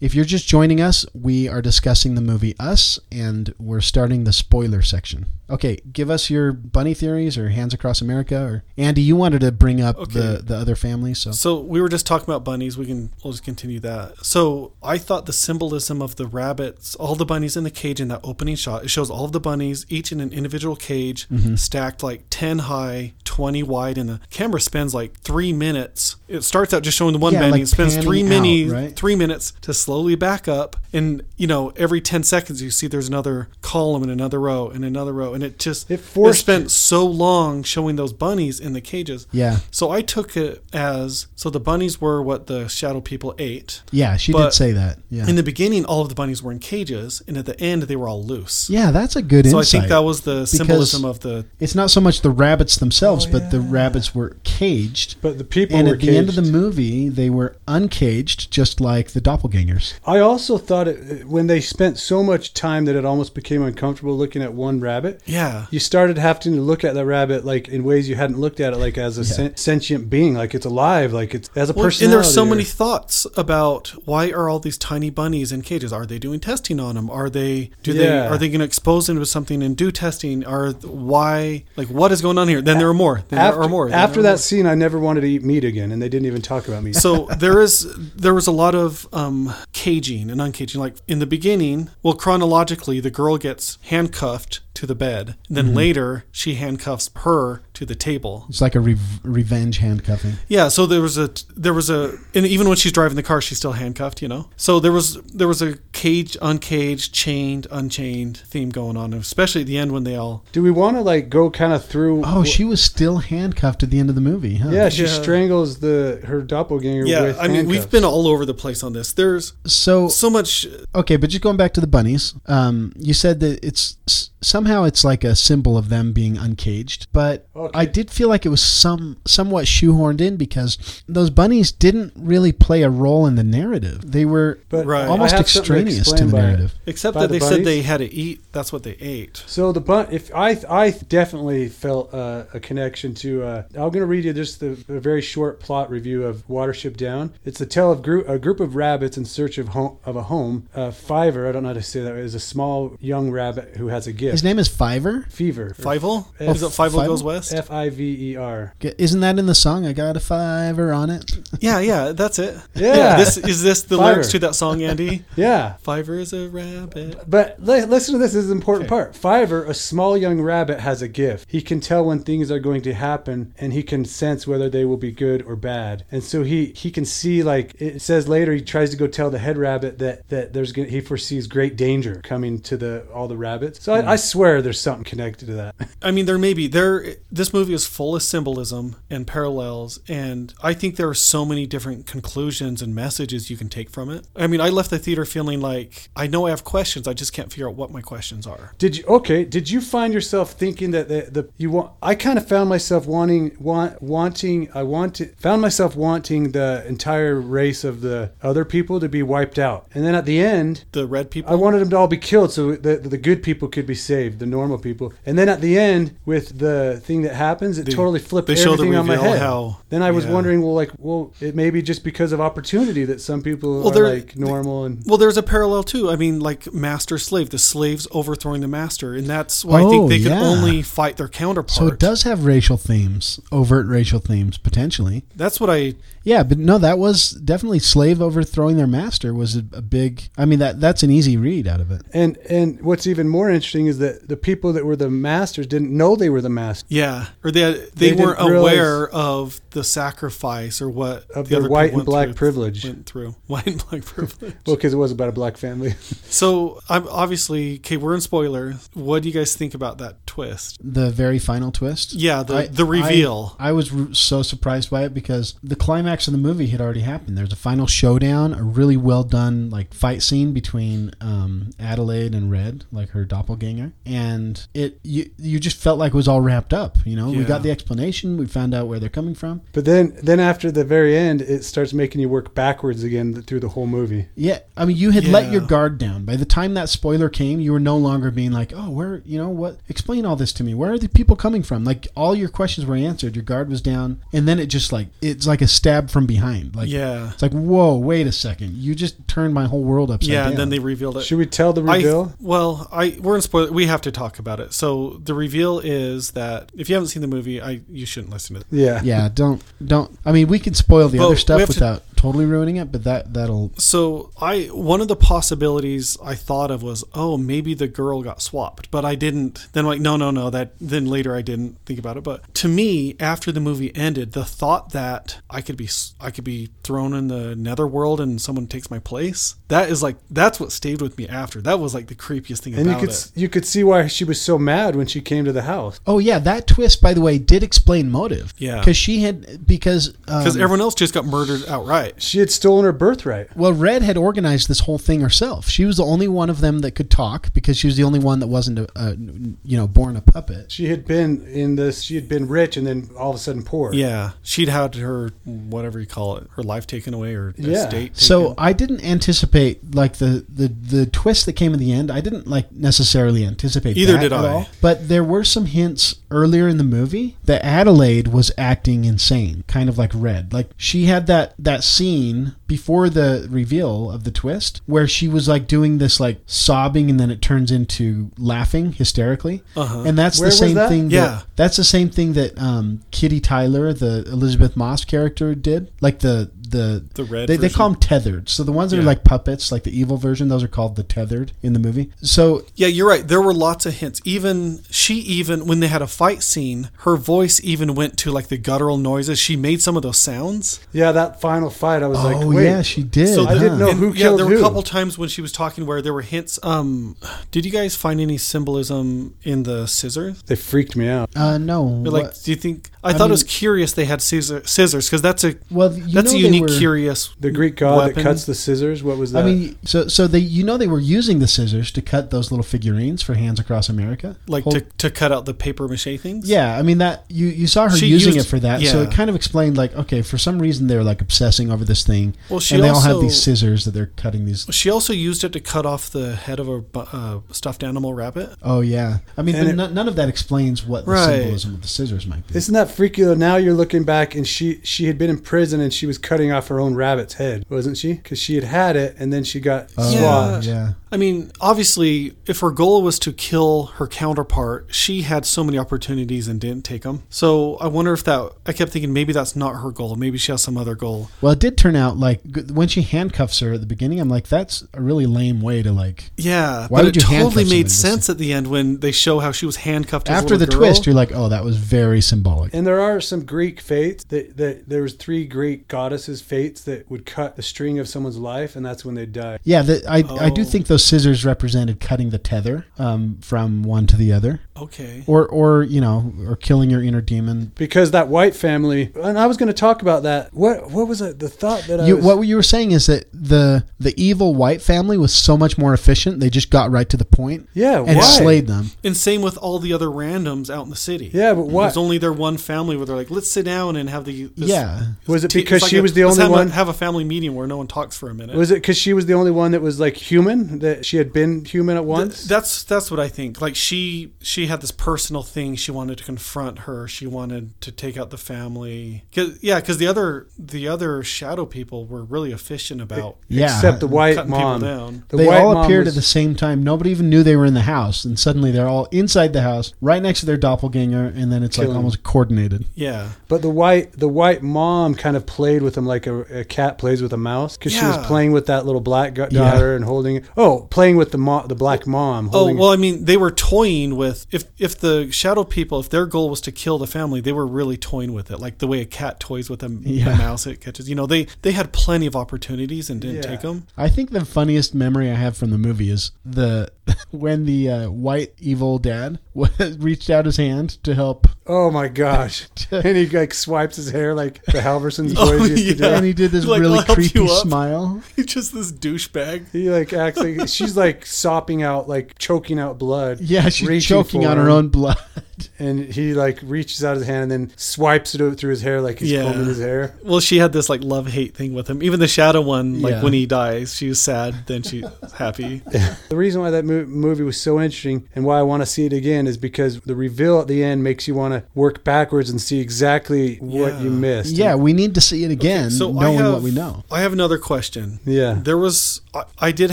[SPEAKER 1] If you're just joining us, we are discussing the movie Us, and we're starting the spoiler section. Okay, give us your bunny theories or Hands Across America or Andy. You wanted to bring up the
[SPEAKER 3] Okay.
[SPEAKER 1] the other families, so
[SPEAKER 3] So we were just talking about bunnies. We can we'll just continue that. So I thought the symbolism of the rabbits, all the bunnies in the cage in that opening shot, it shows all of the bunnies, each in an individual cage,
[SPEAKER 1] Mm-hmm.
[SPEAKER 3] stacked like ten high, twenty wide, and the camera spends like three minutes. It starts out just showing the one
[SPEAKER 1] Yeah,
[SPEAKER 3] bunny,
[SPEAKER 1] like
[SPEAKER 3] it spends three
[SPEAKER 1] panning out,
[SPEAKER 3] mini,
[SPEAKER 1] right?
[SPEAKER 3] three minutes to slowly back up, and you know every ten seconds you see there's another column and another row and another row, and it just
[SPEAKER 2] It forced
[SPEAKER 3] spent
[SPEAKER 2] you.
[SPEAKER 3] so long showing those bunnies in the cages.
[SPEAKER 1] Yeah.
[SPEAKER 3] So I took it as so the bunnies were what the shadow people ate.
[SPEAKER 1] yeah, she did
[SPEAKER 3] But
[SPEAKER 1] say that. Yeah,
[SPEAKER 3] In the beginning, all of the bunnies were in cages, and at the end, they were all loose.
[SPEAKER 1] yeah, that's a good
[SPEAKER 3] So I
[SPEAKER 1] insight.
[SPEAKER 3] think that was the symbolism of the.
[SPEAKER 1] It's not so much the rabbits themselves, but the rabbits were caged.
[SPEAKER 2] But the people
[SPEAKER 1] and
[SPEAKER 2] were
[SPEAKER 1] at the end of the
[SPEAKER 2] caged.
[SPEAKER 1] movie, they were uncaged, just like the doppelgangers.
[SPEAKER 2] I also thought it when they spent so much time that it almost became uncomfortable looking at one rabbit.
[SPEAKER 3] Yeah.
[SPEAKER 2] You started having to look at the rabbit like in ways you hadn't looked at it, like as a sen- sentient being, like it's alive, like it's as a
[SPEAKER 3] Well,
[SPEAKER 2] person.
[SPEAKER 3] and there are so many thoughts about why are all these tiny bunnies in cages? Are they doing testing on them? Are they do they
[SPEAKER 2] Yeah.
[SPEAKER 3] are they going to expose them to something and do testing? Are why like what is going on here? Then there are more. Then
[SPEAKER 2] after,
[SPEAKER 3] there are more. Then
[SPEAKER 2] after
[SPEAKER 3] there are
[SPEAKER 2] that scene, I never wanted to eat meat again, and they didn't even talk about meat.
[SPEAKER 3] so there is there was a lot of um, caging and uncaging. Like in the beginning, well, chronologically, the girl gets handcuffed to the bed.
[SPEAKER 2] Mm-hmm.
[SPEAKER 3] Then
[SPEAKER 1] Mhm.
[SPEAKER 3] later, she handcuffs her to the table.
[SPEAKER 1] It's like a rev revenge handcuffing.
[SPEAKER 3] Yeah, so there was a there was a and even when she's driving the car, she's still handcuffed, you know. So there was there was a cage, uncaged, chained, unchained theme going on, especially at the end when they all
[SPEAKER 2] Do we want to like go kind of through?
[SPEAKER 1] Oh, she was still handcuffed at the end of the movie, huh?
[SPEAKER 2] Yeah, she
[SPEAKER 3] Yeah.
[SPEAKER 2] strangles the her doppelganger.
[SPEAKER 3] yeah.
[SPEAKER 2] with
[SPEAKER 3] I mean, we've
[SPEAKER 2] handcuffs.
[SPEAKER 3] been all over the place on this. There's
[SPEAKER 1] so
[SPEAKER 3] so much.
[SPEAKER 1] Okay, but just going back to the bunnies, um, you said that it's s- somehow it's like a symbol of them being uncaged, but I did feel like it was some somewhat shoehorned in because those bunnies didn't really play a role in the narrative. They were
[SPEAKER 2] Right.
[SPEAKER 1] almost
[SPEAKER 2] I have something to
[SPEAKER 1] extraneous to
[SPEAKER 2] explain
[SPEAKER 1] the
[SPEAKER 2] by it.
[SPEAKER 1] narrative.
[SPEAKER 3] Except
[SPEAKER 2] By
[SPEAKER 3] that
[SPEAKER 2] the
[SPEAKER 3] they
[SPEAKER 2] bunnies?
[SPEAKER 3] said they had to eat. That's what they ate.
[SPEAKER 2] So the bun, if I I definitely felt uh, a connection to. Uh, I'm going to read you just the, a very short plot review of Watership Down. It's a tale of group, a group of rabbits in search of home of a home. Uh, Fiver, I don't know how to say that, is a small young rabbit who has a gift.
[SPEAKER 1] His name is Fiver.
[SPEAKER 2] Fever.
[SPEAKER 3] Fivel?
[SPEAKER 2] F-
[SPEAKER 3] Is it Fivel Goes
[SPEAKER 1] Fivel?
[SPEAKER 3] West?
[SPEAKER 2] F I V E R.
[SPEAKER 1] G- Isn't that in the song? I got a fiver on it.
[SPEAKER 3] Yeah, yeah, that's it.
[SPEAKER 2] Yeah.
[SPEAKER 3] this is this the
[SPEAKER 2] Fiver.
[SPEAKER 3] lyrics to that song, Andy?
[SPEAKER 2] Yeah.
[SPEAKER 3] Fiver is a rabbit.
[SPEAKER 2] But li- listen to this. This is an important part. Fiver, a small young rabbit, has a gift. He can tell when things are going to happen, and he can sense whether they will be good or bad. And so he he can see like it says later. He tries to go tell the head rabbit that that there's gonna, he foresees great danger coming to the all the rabbits. So I, I swear there's something connected to that.
[SPEAKER 3] I mean, there may be there. This movie is full of symbolism and parallels, and I think there are so many different conclusions and messages you can take from it. I mean, I left the theater feeling like I know I have questions, I just can't figure out what my questions are.
[SPEAKER 2] Did you okay? Did you find yourself thinking that the, the you want? I kind of found myself wanting want wanting I wanted found myself wanting the entire race of the other people to be wiped out, and then at the end,
[SPEAKER 3] the red people.
[SPEAKER 2] I wanted them to all be killed so that the good people could be saved, the normal people, and then at the end with the thing that happens, it
[SPEAKER 3] They-
[SPEAKER 2] totally flipped
[SPEAKER 3] they show the
[SPEAKER 2] everything on my
[SPEAKER 3] reveal
[SPEAKER 2] head.
[SPEAKER 3] how-
[SPEAKER 2] then I was
[SPEAKER 3] yeah.
[SPEAKER 2] wondering, well, like, well, it may be just because of opportunity that some people
[SPEAKER 3] Well,
[SPEAKER 2] are
[SPEAKER 3] there-
[SPEAKER 2] like normal and
[SPEAKER 3] Well, there's a parallel too. I mean, like master slave, the slaves overthrowing the master, and that's why I
[SPEAKER 1] Oh,
[SPEAKER 3] think they could
[SPEAKER 1] yeah.
[SPEAKER 3] only fight their counterpart.
[SPEAKER 1] So it does have racial themes, overt racial themes potentially.
[SPEAKER 3] That's what I
[SPEAKER 1] Yeah, but no, that was definitely slave overthrowing their master was a, a big. I mean, that that's an easy read out of it.
[SPEAKER 2] And and what's even more interesting is that the people that were the masters didn't know they were the masters
[SPEAKER 3] Yeah, or they they,
[SPEAKER 2] They
[SPEAKER 3] weren't
[SPEAKER 2] didn't realize-
[SPEAKER 3] aware of the sacrifice or what
[SPEAKER 2] of
[SPEAKER 3] the
[SPEAKER 2] their
[SPEAKER 3] other
[SPEAKER 2] white
[SPEAKER 3] people
[SPEAKER 2] and
[SPEAKER 3] went
[SPEAKER 2] black
[SPEAKER 3] through-
[SPEAKER 2] privilege.
[SPEAKER 3] went through. White and black privilege.
[SPEAKER 2] Well, because it was about a black family.
[SPEAKER 3] so I'm obviously okay. We're in spoiler. What do you guys think about that twist?
[SPEAKER 1] The very final twist.
[SPEAKER 3] Yeah, the- the reveal.
[SPEAKER 1] I, I was r- so surprised by it because the climax of the movie had already happened. There's a final showdown, a really well done like fight scene between um, Adelaide and Red, like her doppelganger, and it you you just felt like it was all wrapped up. You know, we
[SPEAKER 2] Yeah.
[SPEAKER 1] got the explanation, we found out where they're coming from.
[SPEAKER 2] But then then after the very end, it starts making you work backwards again th- through the whole movie.
[SPEAKER 1] Yeah, I mean, you had
[SPEAKER 2] Yeah.
[SPEAKER 1] let your guard down. By the time that spoiler came, you were no longer being like, "Oh, where? You know what? Explain all this to me. Where are the people coming from?" Like all your questions were answered. Your guard was down, and then it just like it's like a stab from behind. Like
[SPEAKER 3] Yeah.
[SPEAKER 1] it's like whoa, wait a second, you just turned my whole world upside
[SPEAKER 3] yeah,
[SPEAKER 1] down.
[SPEAKER 3] and then they revealed it.
[SPEAKER 1] Should we tell the
[SPEAKER 3] I-
[SPEAKER 1] reveal?
[SPEAKER 3] well, I we're in spoiler. We have to talk about it. So the reveal is that if you haven't seen the movie, I you shouldn't listen to. This.
[SPEAKER 1] yeah. Don't don't. I mean, we can spoil the
[SPEAKER 3] But
[SPEAKER 1] other
[SPEAKER 3] we
[SPEAKER 1] stuff
[SPEAKER 3] have to-
[SPEAKER 1] without totally ruining it, but that that'll
[SPEAKER 3] So I one of the possibilities I thought of was oh maybe the girl got swapped, but I didn't. Then like no no no that then later I didn't think about it. But to me, after the movie ended, the thought that I could be s- I could be thrown in the netherworld and someone takes my place that is like that's what stayed with me after. That was like the creepiest thing
[SPEAKER 2] And you
[SPEAKER 3] about
[SPEAKER 2] could
[SPEAKER 3] it.
[SPEAKER 2] s you could see why she was so mad when she came to the house.
[SPEAKER 1] Oh yeah, that twist by the way did explain motive.
[SPEAKER 2] Yeah.
[SPEAKER 1] because she had because
[SPEAKER 3] because
[SPEAKER 1] um,
[SPEAKER 3] everyone else just got murdered outright.
[SPEAKER 2] She had stolen her birthright.
[SPEAKER 1] Well, Red had organized this whole thing herself. She was the only one of them that could talk because she was the only one that wasn't, a, a, you know, born a puppet.
[SPEAKER 2] She had been in this. She had been rich and then all of a sudden poor.
[SPEAKER 3] Yeah, she'd had her whatever you call it, her life taken away or
[SPEAKER 2] Yeah.
[SPEAKER 3] estate.
[SPEAKER 1] So I didn't anticipate like the, the the twist that came in the end. I didn't like necessarily anticipate
[SPEAKER 3] Either
[SPEAKER 1] that
[SPEAKER 3] did
[SPEAKER 1] at
[SPEAKER 3] I.
[SPEAKER 1] all. But there were some hints earlier in the movie that Adelaide was acting insane, kind of like Red. Like she had that that scene before the reveal of the twist where she was like doing this like sobbing and then it turns into laughing hysterically.
[SPEAKER 3] Uh-huh.
[SPEAKER 1] And that's
[SPEAKER 3] Where
[SPEAKER 1] the
[SPEAKER 3] was
[SPEAKER 1] same
[SPEAKER 3] that?
[SPEAKER 1] thing that-
[SPEAKER 3] Yeah.
[SPEAKER 1] that's the same thing that um, Kitty Tyler, the Elizabeth Moss character, did. Like the the
[SPEAKER 3] The red
[SPEAKER 1] They, they call them
[SPEAKER 3] version?
[SPEAKER 1] tethered. So the ones that are
[SPEAKER 3] Yeah.
[SPEAKER 1] like puppets, like the evil version, those are called the tethered in the movie. So
[SPEAKER 3] Yeah, you're right. There were lots of hints. Even she, even when they had a fight scene, her voice even went to like the guttural noises. She made some of those sounds.
[SPEAKER 2] Yeah, that final fight, I was like,
[SPEAKER 1] Oh,
[SPEAKER 2] wait.
[SPEAKER 1] yeah, she did,
[SPEAKER 2] I didn't know
[SPEAKER 1] huh?
[SPEAKER 2] who
[SPEAKER 3] And, yeah,
[SPEAKER 2] killed
[SPEAKER 3] there were
[SPEAKER 2] who.
[SPEAKER 3] a couple times when she was talking where there were hints. Um, did you guys find any symbolism in the scissors?
[SPEAKER 2] they freaked me out.
[SPEAKER 1] uh, no,
[SPEAKER 3] Or, like,
[SPEAKER 1] what-
[SPEAKER 3] do you think? I,
[SPEAKER 1] I
[SPEAKER 3] thought it was
[SPEAKER 1] mean-
[SPEAKER 3] curious they had scissor, scissors because that's a
[SPEAKER 1] Well, you
[SPEAKER 3] that's
[SPEAKER 1] know
[SPEAKER 3] a
[SPEAKER 1] they
[SPEAKER 3] unique,
[SPEAKER 1] were-
[SPEAKER 3] curious
[SPEAKER 2] The Greek god that
[SPEAKER 3] weapon.
[SPEAKER 2] cuts the scissors. What was that?
[SPEAKER 1] I mean, so so they you know they were using the scissors to cut those little figurines for Hands Across America,
[SPEAKER 3] like
[SPEAKER 1] Hold-
[SPEAKER 3] to, to cut out the paper mache things.
[SPEAKER 1] Yeah, I mean that you you saw her
[SPEAKER 3] She
[SPEAKER 1] using
[SPEAKER 3] used-
[SPEAKER 1] it for that, so
[SPEAKER 3] yeah.
[SPEAKER 1] it kind of explained like okay, for some reason they're like obsessing over this thing,
[SPEAKER 3] Well, she
[SPEAKER 1] and they all have
[SPEAKER 3] also-
[SPEAKER 1] these scissors that they're cutting these.
[SPEAKER 3] She also used it to cut off the head of a bu- uh, stuffed animal rabbit.
[SPEAKER 1] Oh yeah, I mean,
[SPEAKER 2] And
[SPEAKER 1] but
[SPEAKER 2] it-
[SPEAKER 1] no- none of that explains what the
[SPEAKER 3] Right.
[SPEAKER 1] symbolism of the scissors might be.
[SPEAKER 2] Isn't that freaky though? Now you're looking back, and she she had been in prison, and she was cutting off her own rabbit's head, wasn't she? Because she had had it, and then she got
[SPEAKER 1] Oh,
[SPEAKER 2] swabbed.
[SPEAKER 1] yeah.
[SPEAKER 3] I mean, obviously, if her goal was to kill her counterpart, she had so many opportunities and didn't take them. So I wonder if that. I kept thinking maybe that's not her goal. Maybe she has some other goal.
[SPEAKER 1] Well, it did turn out like g- when she handcuffs her at the beginning, I'm like, that's a really lame way to like.
[SPEAKER 3] Yeah,
[SPEAKER 1] Why
[SPEAKER 3] but
[SPEAKER 1] would
[SPEAKER 3] it
[SPEAKER 1] you handcuff
[SPEAKER 3] totally
[SPEAKER 1] somebody
[SPEAKER 3] made
[SPEAKER 1] this-
[SPEAKER 3] sense at the end when they show how she was handcuffed. As a
[SPEAKER 1] After the
[SPEAKER 3] little girl.
[SPEAKER 1] twist, you're like, oh, that was very symbolic.
[SPEAKER 2] And there are some Greek fates that, that there was three Greek goddesses fates that would cut the string of someone's life, and that's when they die.
[SPEAKER 1] Yeah, the, I I do
[SPEAKER 3] Oh.
[SPEAKER 1] think those scissors represented cutting the tether um, from one to the other,
[SPEAKER 3] okay.
[SPEAKER 1] or or you know, or killing your inner demon
[SPEAKER 2] Because that white family, and I was going to talk about that. What what was it? The thought that I
[SPEAKER 1] You,
[SPEAKER 2] was,
[SPEAKER 1] what you were saying is that the the evil white family was so much more efficient. They just got right to the point.
[SPEAKER 2] Yeah,
[SPEAKER 1] and
[SPEAKER 2] why?
[SPEAKER 1] slayed them.
[SPEAKER 3] And same with all the other randoms out in the city.
[SPEAKER 2] Yeah, but why-
[SPEAKER 3] There's only their one family where they're like, let's sit down and have the. this-
[SPEAKER 1] yeah,
[SPEAKER 2] was it
[SPEAKER 3] tea-
[SPEAKER 2] because
[SPEAKER 3] it's like
[SPEAKER 2] she
[SPEAKER 3] a-
[SPEAKER 2] was the
[SPEAKER 3] let's
[SPEAKER 2] only
[SPEAKER 3] have a-
[SPEAKER 2] one?
[SPEAKER 3] have a family meeting where no one talks for a minute.
[SPEAKER 2] was it because she was the only one that was like human that she had been human at
[SPEAKER 3] Th-
[SPEAKER 2] once?
[SPEAKER 3] that's that's what I think. Like she she had this personal thing she wanted to confront her. She wanted to take out the family. 'Cause- yeah, because the other the other shadow people were really efficient about.
[SPEAKER 1] yeah.
[SPEAKER 2] Except the white
[SPEAKER 3] Cutting people
[SPEAKER 2] mom.
[SPEAKER 3] down.
[SPEAKER 2] The
[SPEAKER 1] they
[SPEAKER 2] white
[SPEAKER 1] all
[SPEAKER 2] mom
[SPEAKER 1] appeared
[SPEAKER 2] was-
[SPEAKER 1] at the same time. Nobody even knew they were in the house, and suddenly they're all inside the house, right next to their doppelganger, and then it's
[SPEAKER 2] Killing.
[SPEAKER 1] like almost coordinated.
[SPEAKER 3] Yeah,
[SPEAKER 2] But the white the white mom kind of played with him like a, a cat plays with a mouse because she
[SPEAKER 3] Yeah.
[SPEAKER 2] was playing with that little black go-
[SPEAKER 1] Yeah.
[SPEAKER 2] daughter and holding it. Oh, playing with the mo- the black mom.
[SPEAKER 3] Oh
[SPEAKER 2] Holding
[SPEAKER 3] well, I mean, they were toying with if if the shadow people, if their goal was to kill the family, they were really toying with it, like the way a cat toys with a, a
[SPEAKER 1] Yeah.
[SPEAKER 3] mouse it catches. You know, they they had plenty of opportunities and didn't
[SPEAKER 2] Yeah.
[SPEAKER 3] take them.
[SPEAKER 1] I think the funniest memory I have from the movie is the when the uh, white evil dad reached out his hand to help
[SPEAKER 2] Oh my gosh! and he like swipes his hair like the Halversons
[SPEAKER 3] Oh,
[SPEAKER 2] boys used to do.
[SPEAKER 3] yeah.
[SPEAKER 1] and he did this
[SPEAKER 3] Like,
[SPEAKER 1] really
[SPEAKER 3] "I'll help
[SPEAKER 1] creepy
[SPEAKER 3] you up."
[SPEAKER 1] smile.
[SPEAKER 3] He's just this douchebag.
[SPEAKER 2] He like acts like she's like sopping out, like choking out blood.
[SPEAKER 1] Yeah, she's
[SPEAKER 2] reaching
[SPEAKER 1] choking
[SPEAKER 2] for
[SPEAKER 1] on her
[SPEAKER 2] him.
[SPEAKER 1] own blood.
[SPEAKER 2] And he like reaches out his hand and then swipes it through his hair like he's
[SPEAKER 3] Yeah.
[SPEAKER 2] combing his hair.
[SPEAKER 3] Well, she had this like love hate thing with him. Even the shadow one, like
[SPEAKER 1] Yeah.
[SPEAKER 3] when he dies, she was sad, then she's happy.
[SPEAKER 2] The reason why that mo- movie was so interesting and why I want to see it again is because the reveal at the end makes you want to work backwards and see exactly what
[SPEAKER 3] Yeah.
[SPEAKER 2] you missed.
[SPEAKER 1] Yeah, we need to see it again, knowing what we know.
[SPEAKER 3] I have another question.
[SPEAKER 2] Yeah.
[SPEAKER 3] There was, I, I did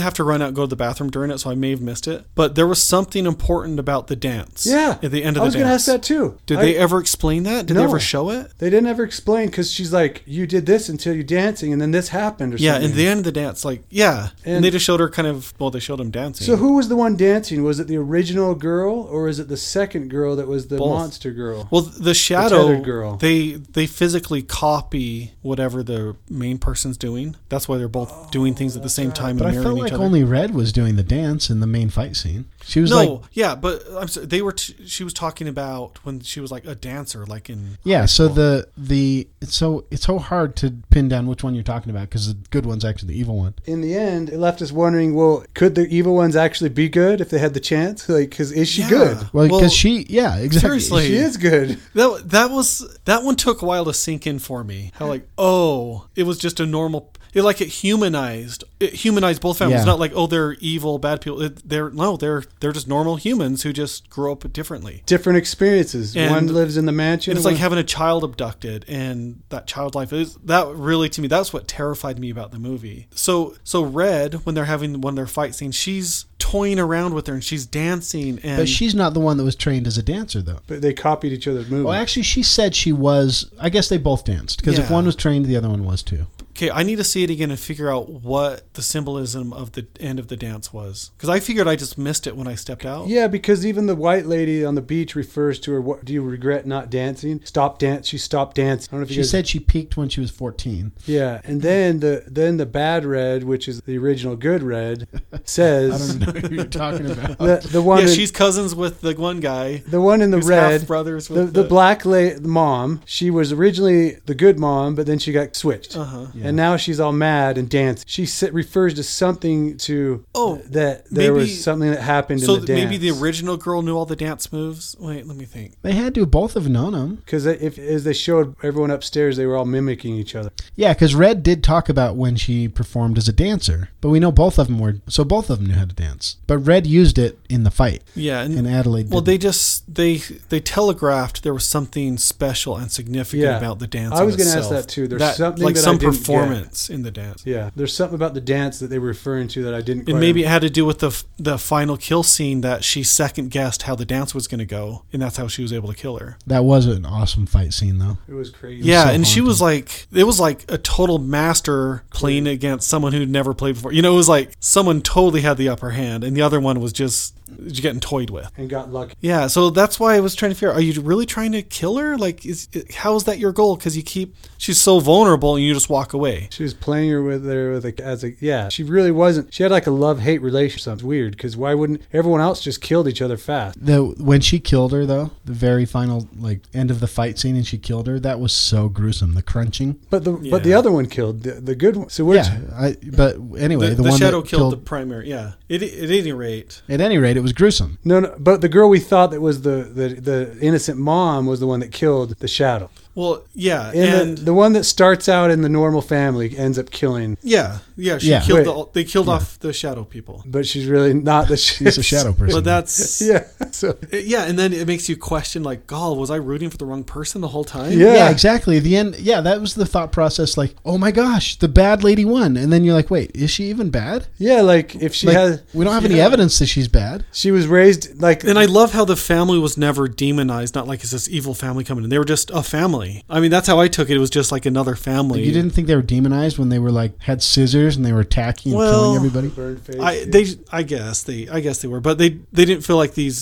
[SPEAKER 3] have to run out and go to the bathroom during it, so I may have missed it. But there was something important about the dance.
[SPEAKER 2] Yeah.
[SPEAKER 3] At the end of
[SPEAKER 2] I
[SPEAKER 3] the
[SPEAKER 2] was
[SPEAKER 3] dance.
[SPEAKER 2] gonna ask that too.
[SPEAKER 3] Did
[SPEAKER 2] I-
[SPEAKER 3] they ever explain that? Did
[SPEAKER 2] No.
[SPEAKER 3] they ever show it?
[SPEAKER 2] They didn't ever explain because she's like, you did this until you dancing, and then this happened, or
[SPEAKER 3] Yeah,
[SPEAKER 2] something.
[SPEAKER 3] and the end of the dance, like, yeah. And,
[SPEAKER 2] And-
[SPEAKER 3] they just showed her kind of, well, they showed him dancing.
[SPEAKER 2] So who was the one dancing? Was it the original girl, or is it the second girl that was the
[SPEAKER 3] Both.
[SPEAKER 2] monster girl?
[SPEAKER 3] Well, the shadow
[SPEAKER 2] tethered girl.
[SPEAKER 3] They they physically copy whatever the main person's doing. That's why they're both doing things at the same time
[SPEAKER 1] But
[SPEAKER 3] and
[SPEAKER 1] I
[SPEAKER 3] mirroring
[SPEAKER 1] felt
[SPEAKER 3] each
[SPEAKER 1] like
[SPEAKER 3] other.
[SPEAKER 1] only Red was doing the dance in the main fight scene. She was
[SPEAKER 3] no,
[SPEAKER 1] like,
[SPEAKER 3] yeah, but I'm sorry, they were. T- she was talking about when she was like a dancer, like in
[SPEAKER 1] yeah.
[SPEAKER 3] high
[SPEAKER 1] So
[SPEAKER 3] school.
[SPEAKER 1] the the it's so it's so hard to pin down which one you're talking about because the good one's actually the evil one.
[SPEAKER 2] In the end, it left us wondering: Well, could the evil ones actually be good if they had the chance? Like, because is she
[SPEAKER 3] Yeah.
[SPEAKER 2] good?
[SPEAKER 1] Well, because
[SPEAKER 3] Well,
[SPEAKER 1] she, yeah, exactly.
[SPEAKER 3] seriously.
[SPEAKER 2] She is good.
[SPEAKER 3] that that was that one took a while to sink in for me. How like oh, it was just a normal. it like it humanized it humanized both families.
[SPEAKER 1] Yeah.
[SPEAKER 3] Not like oh they're evil bad people. It, they're no they're they're just normal humans who just grow up differently.
[SPEAKER 2] Different experiences. one lives in the mansion.
[SPEAKER 3] and It's like
[SPEAKER 2] one-
[SPEAKER 3] having a child abducted and that child life is that really to me that's what terrified me about the movie. So so Red when they're having one of their fight scenes, she's toying around with her and she's dancing and
[SPEAKER 1] But she's not the one that was trained as a dancer, though.
[SPEAKER 2] But they copied each other's movies.
[SPEAKER 1] Well, Oh, actually, she said she was. I guess they both danced because if
[SPEAKER 3] Yeah.
[SPEAKER 1] one was trained, the other one was too.
[SPEAKER 3] Okay, I need to see it again and figure out what the symbolism of the end of the dance was. Because I figured I just missed it when I stepped out.
[SPEAKER 2] Yeah, because even the white lady on the beach refers to her. What do you regret not dancing? Stop dance. She stopped dancing. I don't know if you
[SPEAKER 1] She
[SPEAKER 2] guys-
[SPEAKER 1] said she peaked when she was fourteen.
[SPEAKER 2] Yeah, and then the then the bad red, which is the original good red, says
[SPEAKER 1] I don't know who you're talking about.
[SPEAKER 2] the the one
[SPEAKER 3] yeah,
[SPEAKER 2] in-
[SPEAKER 3] she's cousins with the one guy.
[SPEAKER 2] the one in the
[SPEAKER 3] who's
[SPEAKER 2] red
[SPEAKER 3] half brothers with
[SPEAKER 2] the, the, black la- mom. She was originally the good mom, but then she got switched,
[SPEAKER 3] Uh-huh.
[SPEAKER 2] and now she's all mad and dance. She s- refers to something to
[SPEAKER 3] Oh,
[SPEAKER 2] that there
[SPEAKER 3] maybe-
[SPEAKER 2] was something that happened
[SPEAKER 3] So
[SPEAKER 2] in the dance.
[SPEAKER 3] maybe the original girl knew all the dance moves. Wait, let me think.
[SPEAKER 1] They had to both have known him.
[SPEAKER 2] Because if as they showed everyone upstairs, they were all mimicking each other.
[SPEAKER 1] Yeah, because Red did talk about when she performed as a dancer, but we know both of them were. So both of them knew how to dance. But Red used it in the fight.
[SPEAKER 3] Yeah, and-
[SPEAKER 1] and, Adelaide.
[SPEAKER 3] Well,
[SPEAKER 1] didn't.
[SPEAKER 3] they just they they telegraphed there was something special and significant
[SPEAKER 2] Yeah.
[SPEAKER 3] about the dance.
[SPEAKER 2] I was
[SPEAKER 3] going
[SPEAKER 2] gonna
[SPEAKER 3] to
[SPEAKER 2] ask that too. There's something
[SPEAKER 3] like
[SPEAKER 2] that I
[SPEAKER 3] some
[SPEAKER 2] didn't get.
[SPEAKER 3] performance in the dance.
[SPEAKER 2] Yeah, there's something about the dance that they were referring to that I didn't.
[SPEAKER 3] And
[SPEAKER 2] quite
[SPEAKER 3] maybe it had to do with the f- the final kill scene that she second guessed how the dance was going to go, and that's how she was able to kill her.
[SPEAKER 1] that was an awesome fight scene, though.
[SPEAKER 2] It was crazy.
[SPEAKER 3] Yeah, and she was like, it was like a total master playing against someone who'd never played before. You know, it was like someone totally had the upper hand, and the other one was just just getting toyed with.
[SPEAKER 2] and got lucky.
[SPEAKER 3] Yeah, so that's why I was trying to figure: out, Are you really trying to kill her? Like, is how is that your goal? Because you keep she's so vulnerable, and you just walk away.
[SPEAKER 2] She was playing her with her with a, as a yeah. She really wasn't. She had like a love hate relationship. It's weird because why wouldn't everyone else just killed each other fast?
[SPEAKER 1] The when she killed her though, the very final like end of the fight scene, and she killed her. That was so gruesome. The crunching.
[SPEAKER 2] But the but the
[SPEAKER 3] Yeah.
[SPEAKER 2] other one killed the, the good one. So we're
[SPEAKER 1] Yeah, I, but anyway, the,
[SPEAKER 3] the, the
[SPEAKER 1] one
[SPEAKER 3] shadow
[SPEAKER 1] that
[SPEAKER 3] killed, the primary. Yeah, it, at any rate,
[SPEAKER 1] At any rate, it was gruesome.
[SPEAKER 2] no no. But the girl we thought that was the the, the innocent mom was the one that killed the shadow.
[SPEAKER 3] well, yeah,
[SPEAKER 2] And, the-
[SPEAKER 3] and
[SPEAKER 2] the, one that starts out in the normal family ends up killing.
[SPEAKER 3] yeah, yeah, she
[SPEAKER 2] Yeah.
[SPEAKER 3] killed.
[SPEAKER 2] Wait.
[SPEAKER 3] The, they killed off the shadow people.
[SPEAKER 2] But she's really not the.
[SPEAKER 1] She's a shadow person.
[SPEAKER 3] But that's
[SPEAKER 2] yeah. So
[SPEAKER 3] yeah, and then it makes you question like, "God, was I rooting for the wrong person the whole time?"
[SPEAKER 1] Yeah. exactly. The end. Yeah, that was the thought process. Like, oh my gosh, the bad lady won, and then you're like, wait, is she even bad?
[SPEAKER 2] yeah, like if she
[SPEAKER 1] Like,
[SPEAKER 2] had,
[SPEAKER 1] we don't have any
[SPEAKER 2] Yeah.
[SPEAKER 1] evidence that she's bad.
[SPEAKER 2] she was raised like
[SPEAKER 3] And I love how the family was never demonized. Not like it's this evil family coming in. They were just a family. I mean, that's how I took it. It was just like another family.
[SPEAKER 1] You didn't think they were demonized when they were like had scissors and they were attacking and
[SPEAKER 3] Well,
[SPEAKER 1] killing everybody.
[SPEAKER 2] burned face.
[SPEAKER 3] I they I guess they I guess they were, but they they didn't feel like these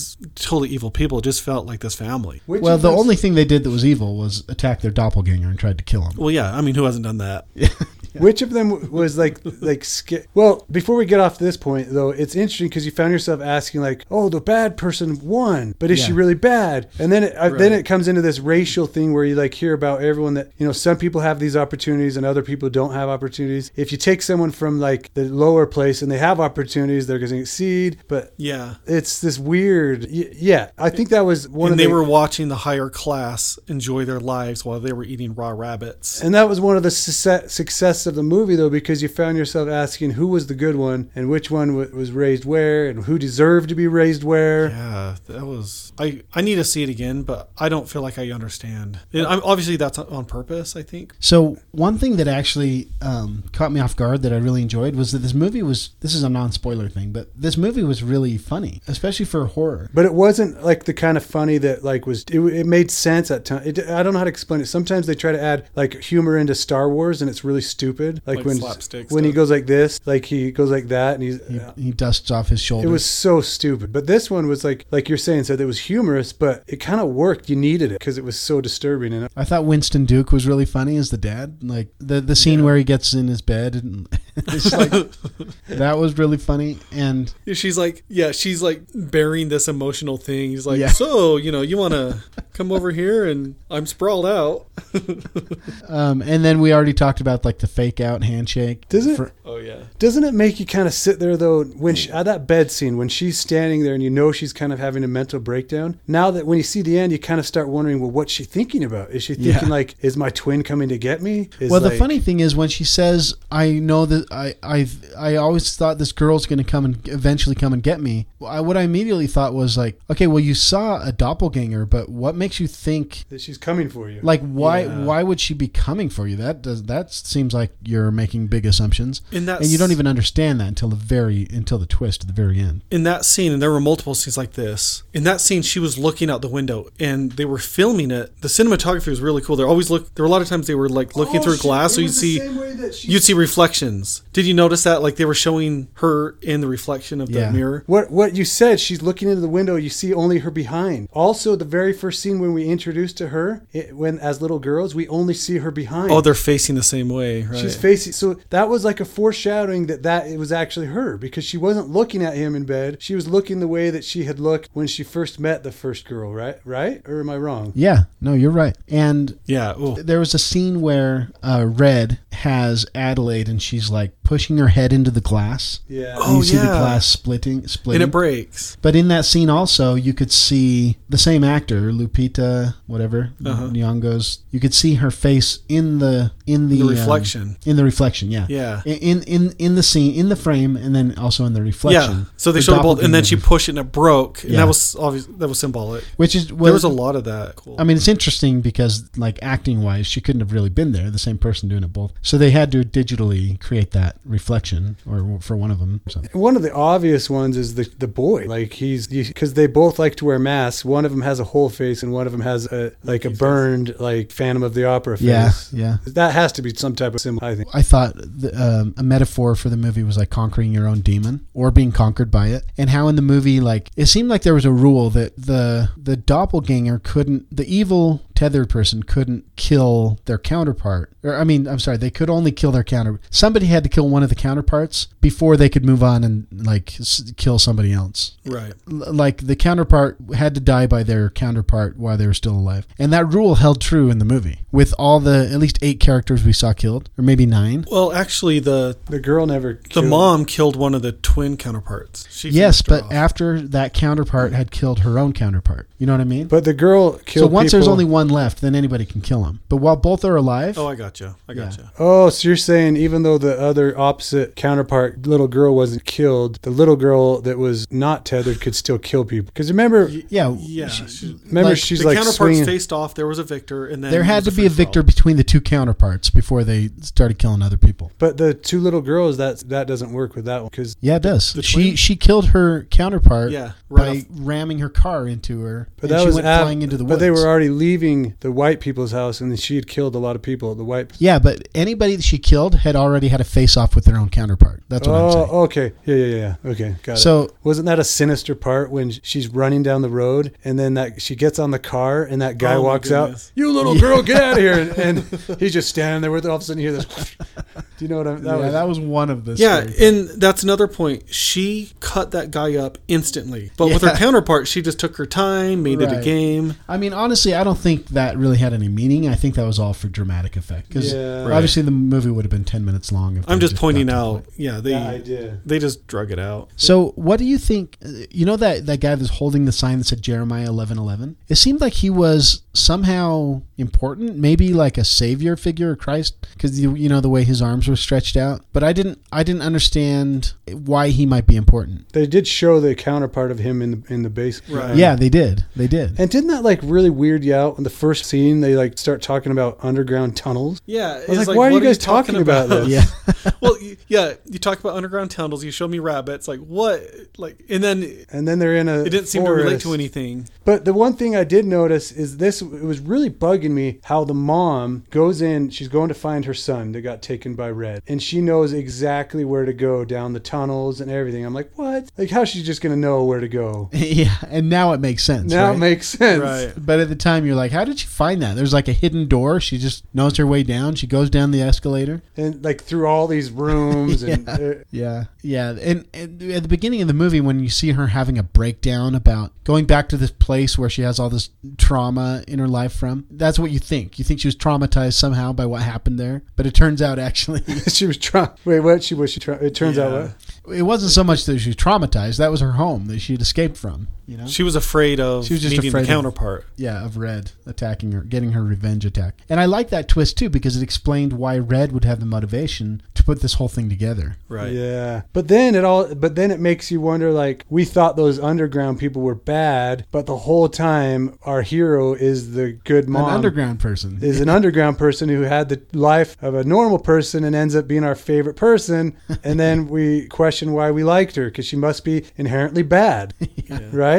[SPEAKER 3] totally evil people. It just felt like this family.
[SPEAKER 2] Which
[SPEAKER 1] Well,
[SPEAKER 2] of
[SPEAKER 1] the
[SPEAKER 2] us-
[SPEAKER 1] only thing they did that was evil was attack their doppelganger and tried to kill him.
[SPEAKER 3] Well, yeah. I mean, who hasn't done that?
[SPEAKER 2] Which of them w- was like like sca- well? Before we get off to this point, though, it's interesting because you found yourself asking like, "Oh, the bad person won, but is she
[SPEAKER 1] Yeah.
[SPEAKER 2] really bad?" And then it, uh, then
[SPEAKER 3] Right.
[SPEAKER 2] it comes into this racial thing where you like hear about everyone that you know some people have these opportunities and other people don't have opportunities. If you take someone from like the lower place and they have opportunities, they're going to succeed. But
[SPEAKER 3] Yeah.
[SPEAKER 2] it's this weird. y- Yeah, I think that was one of
[SPEAKER 3] and they
[SPEAKER 2] the,
[SPEAKER 3] were watching the higher class enjoy their lives while they were eating raw rabbits.
[SPEAKER 2] And that was one of the success, success of the movie, though, because you found yourself asking who was the good one and which one w- was raised where and who deserved to be raised where.
[SPEAKER 3] Yeah, that was. I I need to see it again, but I don't feel like I understand. And I'm, obviously, that's on purpose. I think.
[SPEAKER 1] So one thing that actually um, caught me off guard that I really enjoyed was that this movie was this is a non spoiler thing, but this movie was really funny, especially for horror.
[SPEAKER 2] But it wasn't like the kind of funny that like was it, it made sense at times. It, I don't know how to explain it. Sometimes they try to add like humor into Star Wars and it's really stupid. Like,
[SPEAKER 3] Like
[SPEAKER 2] when
[SPEAKER 3] slapstick
[SPEAKER 2] when he
[SPEAKER 3] stuff.
[SPEAKER 2] goes like this, like he goes like that, and he's
[SPEAKER 1] He dusts off his
[SPEAKER 2] it
[SPEAKER 1] shoulders.
[SPEAKER 2] was so stupid. But this one was like like you're saying, said it was humorous, but it kind of worked. You needed it because it was so disturbing and uh,
[SPEAKER 1] I thought Winston Duke was really funny as the dad. Like the the scene where he gets in his bed and it's like that was really funny. And
[SPEAKER 3] She's like, yeah, she's like bearing this emotional thing. He's like,
[SPEAKER 1] Yeah.
[SPEAKER 3] so you know, you want to Come over here and I'm sprawled out.
[SPEAKER 1] Um, and then we already talked about like the fake out handshake.
[SPEAKER 2] Does it?
[SPEAKER 1] For-
[SPEAKER 3] oh yeah.
[SPEAKER 2] Doesn't it make you kind of sit there though when
[SPEAKER 3] Mm.
[SPEAKER 2] she, at that bed scene when she's standing there and you know she's kind of having a mental breakdown? Now that when you see the end, you kind of start wondering, well, what's she thinking about? Is she
[SPEAKER 1] Yeah.
[SPEAKER 2] thinking like, is my twin coming to get me? Is
[SPEAKER 1] well, the
[SPEAKER 2] like-
[SPEAKER 1] funny thing is when she says, "I know that I I I always thought this girl's going to come and eventually come and get me." Well, I, what I immediately thought was like, "Okay, well you saw a doppelganger, but what makes you think
[SPEAKER 2] that she's coming for you.
[SPEAKER 1] like why
[SPEAKER 2] Yeah.
[SPEAKER 1] why would she be coming for you? That does that seems like you're making big assumptions,
[SPEAKER 3] In that
[SPEAKER 1] and you don't
[SPEAKER 3] s-
[SPEAKER 1] even understand that until the very until the twist at the very end.
[SPEAKER 3] in that scene, and there were multiple scenes like this. In that scene, she was looking out the window, and they were filming it. The cinematography was really cool. They're always look. There were a lot of times they were like looking
[SPEAKER 2] Oh,
[SPEAKER 3] through
[SPEAKER 2] she-
[SPEAKER 3] glass,
[SPEAKER 2] it
[SPEAKER 3] so you'd
[SPEAKER 2] was the
[SPEAKER 3] see
[SPEAKER 2] same way that she-
[SPEAKER 3] you'd see reflections. Did you notice that? Like they were showing her in the reflection of the mirror.
[SPEAKER 2] What what you said? She's looking into the window. You see only her behind. Also, the very first scene when we introduced to her, it, when as little girls, we only see her behind.
[SPEAKER 3] Oh, they're facing the same way, right?
[SPEAKER 2] She's facing. So that was like a foreshadowing that that it was actually her because she wasn't looking at him in bed. She was looking the way that she had looked when she first met the first girl. Right? Right? Or am I wrong?
[SPEAKER 1] Yeah, no, you're right. And
[SPEAKER 3] yeah,
[SPEAKER 1] there was a scene where uh, Red has Adelaide, and she's like pushing her head into the glass.
[SPEAKER 2] Yeah.
[SPEAKER 1] and you
[SPEAKER 3] Oh,
[SPEAKER 1] see the
[SPEAKER 3] yeah.
[SPEAKER 1] glass splitting, splitting,
[SPEAKER 3] And it breaks.
[SPEAKER 1] But in that scene, also, you could see the same actor, Lupita, whatever
[SPEAKER 3] Uh-huh.
[SPEAKER 1] Nyong'o's. You could see her face in the in the,
[SPEAKER 3] The
[SPEAKER 1] um,
[SPEAKER 3] reflection.
[SPEAKER 1] in the reflection, yeah,
[SPEAKER 3] Yeah.
[SPEAKER 1] In in in the scene, in the frame, and then also in the reflection.
[SPEAKER 3] Yeah. So they
[SPEAKER 1] The
[SPEAKER 3] showed it both, and then she
[SPEAKER 1] doppelganger.
[SPEAKER 3] pushed it and it broke, and
[SPEAKER 1] Yeah.
[SPEAKER 3] that was obvious. That was symbolic.
[SPEAKER 1] Which is well,
[SPEAKER 3] there was a lot of that. Cool.
[SPEAKER 1] I mean, it's interesting because, like, acting wise, she couldn't have really been there, the same person doing it both. So they had to digitally create that reflection, or for one of them. Or something.
[SPEAKER 2] One of the obvious ones is the the boy. Like he's because they both like to wear masks. One of them has a whole face, and one of them has a like a burned like Phantom of the Opera face.
[SPEAKER 1] Yeah, yeah.
[SPEAKER 2] That has to be some type of symbol. I think.
[SPEAKER 1] I thought the, um, a metaphor for the movie was like conquering your own demon or being conquered by it, and how in the movie, like, it seemed like there was a rule that the the doppelganger couldn't, the evil tethered person couldn't kill their counterpart. Or I mean, I'm sorry, they could only kill their counter. Somebody had to kill one of the counterparts before they could move on and like s- kill somebody else.
[SPEAKER 3] right.
[SPEAKER 1] l- like the counterpart had to die by their counterpart while they were still alive. And that rule held true in the movie with all the at least eight characters we saw killed, or maybe nine.
[SPEAKER 3] Well, actually, the
[SPEAKER 2] the girl never.
[SPEAKER 3] The mom killed one of the twin counterparts. She
[SPEAKER 1] yes,
[SPEAKER 3] finished her
[SPEAKER 1] but after that counterpart had killed her own counterpart. You know what I mean?
[SPEAKER 2] But the girl
[SPEAKER 1] So
[SPEAKER 2] killed.
[SPEAKER 1] once there's
[SPEAKER 2] people-
[SPEAKER 1] only one left, then anybody can kill him. But while both are alive,
[SPEAKER 3] off. Oh, I got you. I got you.
[SPEAKER 2] Oh, so you're saying even though the other opposite counterpart little girl wasn't killed, the little girl that was not tethered could still kill people. Because remember,
[SPEAKER 1] yeah,
[SPEAKER 3] Yeah.
[SPEAKER 1] she-
[SPEAKER 3] she-
[SPEAKER 2] remember
[SPEAKER 1] like,
[SPEAKER 2] she's
[SPEAKER 1] the
[SPEAKER 2] like
[SPEAKER 3] counterparts
[SPEAKER 2] swinging.
[SPEAKER 3] faced off. There was a victor, and then
[SPEAKER 1] there had to
[SPEAKER 3] was
[SPEAKER 1] be a victor between the two counterparts before they started killing other people.
[SPEAKER 2] But the two little girls, that that doesn't work with that one because
[SPEAKER 1] Yeah, it does.
[SPEAKER 3] The
[SPEAKER 1] she
[SPEAKER 3] twin?
[SPEAKER 1] she killed her counterpart
[SPEAKER 3] Yeah,
[SPEAKER 1] by
[SPEAKER 3] right off-
[SPEAKER 1] ramming her car into her, and
[SPEAKER 2] But that
[SPEAKER 1] she
[SPEAKER 2] was
[SPEAKER 1] went
[SPEAKER 2] af-
[SPEAKER 1] flying into the woods.
[SPEAKER 2] But they were already leaving the white people's house, and she had killed a lot of people. The white.
[SPEAKER 1] Yeah, but anybody that she killed had already had a face off with their own counterpart. That's what I'm
[SPEAKER 2] oh,
[SPEAKER 1] saying.
[SPEAKER 2] okay. Yeah, yeah, yeah. Okay, got it.
[SPEAKER 1] So-
[SPEAKER 2] wasn't that a sinister part when she's running down the road, and then that she gets on the car, and that guy
[SPEAKER 3] Oh, my
[SPEAKER 2] walks out.
[SPEAKER 3] goodness.
[SPEAKER 2] You little girl, get out of here! And, and he's just standing there with it. All of a sudden, you hear this. Do you know what I'm? That
[SPEAKER 1] yeah,
[SPEAKER 2] was,
[SPEAKER 1] that was one of the
[SPEAKER 3] Yeah,
[SPEAKER 1] stories.
[SPEAKER 3] and that's another point. She cut that guy up instantly, but with her
[SPEAKER 1] Yeah.
[SPEAKER 3] counterpart, she just took her time, made it
[SPEAKER 1] Right.
[SPEAKER 3] a game.
[SPEAKER 1] I mean, honestly, I don't think that really had any meaning. I think that was all for dramatic effect because
[SPEAKER 2] Yeah.
[SPEAKER 1] obviously the movie would have been ten minutes long. If
[SPEAKER 3] I'm
[SPEAKER 1] they
[SPEAKER 3] just pointing
[SPEAKER 1] got to the
[SPEAKER 3] out.
[SPEAKER 1] point.
[SPEAKER 3] Yeah, they
[SPEAKER 2] Yeah, I did.
[SPEAKER 3] they just drug it out.
[SPEAKER 1] So, what do you think? You know that that guy that's holding the sign that said Jeremiah eleven eleven. It seemed like he was somehow important, maybe like a savior figure, or Christ, because you you know the way his arms were stretched out. But I didn't I didn't understand why he might be important.
[SPEAKER 2] they did show the counterpart of him in the in the basement.
[SPEAKER 3] Right.
[SPEAKER 1] Yeah, they did. They did.
[SPEAKER 2] Uh-huh. And didn't that like really weird you out in the first scene? They like start talking about underground tunnels.
[SPEAKER 3] Yeah,
[SPEAKER 2] I was like, why are you guys talking, about, this?
[SPEAKER 1] yeah.
[SPEAKER 3] well, y- yeah, you talk about underground tunnels. You show me rabbits. Like what? Like and then it
[SPEAKER 2] And then they're in a.
[SPEAKER 3] didn't seem to relate
[SPEAKER 2] forest.
[SPEAKER 3] to anything.
[SPEAKER 2] But the one thing I did notice is this. It was really bugging me how the mom goes in. She's going to find her son that got taken by Red, and she knows exactly where to go down the tunnels and everything. I'm like, what? Like, how's she just gonna know where to go?
[SPEAKER 1] yeah. And now it makes sense.
[SPEAKER 2] now
[SPEAKER 1] right?
[SPEAKER 2] it makes sense.
[SPEAKER 3] Right.
[SPEAKER 1] But at the time, you're like, how did she find that? There's like a hidden door. She just knows her way down. She goes down the escalator.
[SPEAKER 2] And like through all these rooms.
[SPEAKER 1] yeah.
[SPEAKER 2] And uh,
[SPEAKER 1] yeah, yeah. And, and at the beginning of the movie, when you see her having a breakdown about going back to this place where she has all this trauma in her life from, that's what you think. You think she was traumatized somehow by what happened there, but it turns out actually
[SPEAKER 2] uh, she was trying. Wait, what? She was she trying? It turns out
[SPEAKER 1] Yeah.
[SPEAKER 2] what?
[SPEAKER 1] it wasn't so much that she was traumatized. That was her home that she had escaped from. You know,
[SPEAKER 3] She was afraid of
[SPEAKER 1] She was just
[SPEAKER 3] meeting
[SPEAKER 1] afraid
[SPEAKER 3] the
[SPEAKER 1] of-
[SPEAKER 3] counterpart.
[SPEAKER 1] yeah, of Red attacking her, getting her revenge attack. And I like that twist too because it explained why Red would have the motivation to put this whole thing together.
[SPEAKER 3] Right.
[SPEAKER 2] Yeah. But then it all. But then it makes you wonder. Like we thought those underground people were bad, but the whole time our hero is the good mom.
[SPEAKER 1] An underground person.
[SPEAKER 2] is an underground person who had the life of a normal person and ends up being our favorite person. And then we question why we liked her because she must be inherently bad, right?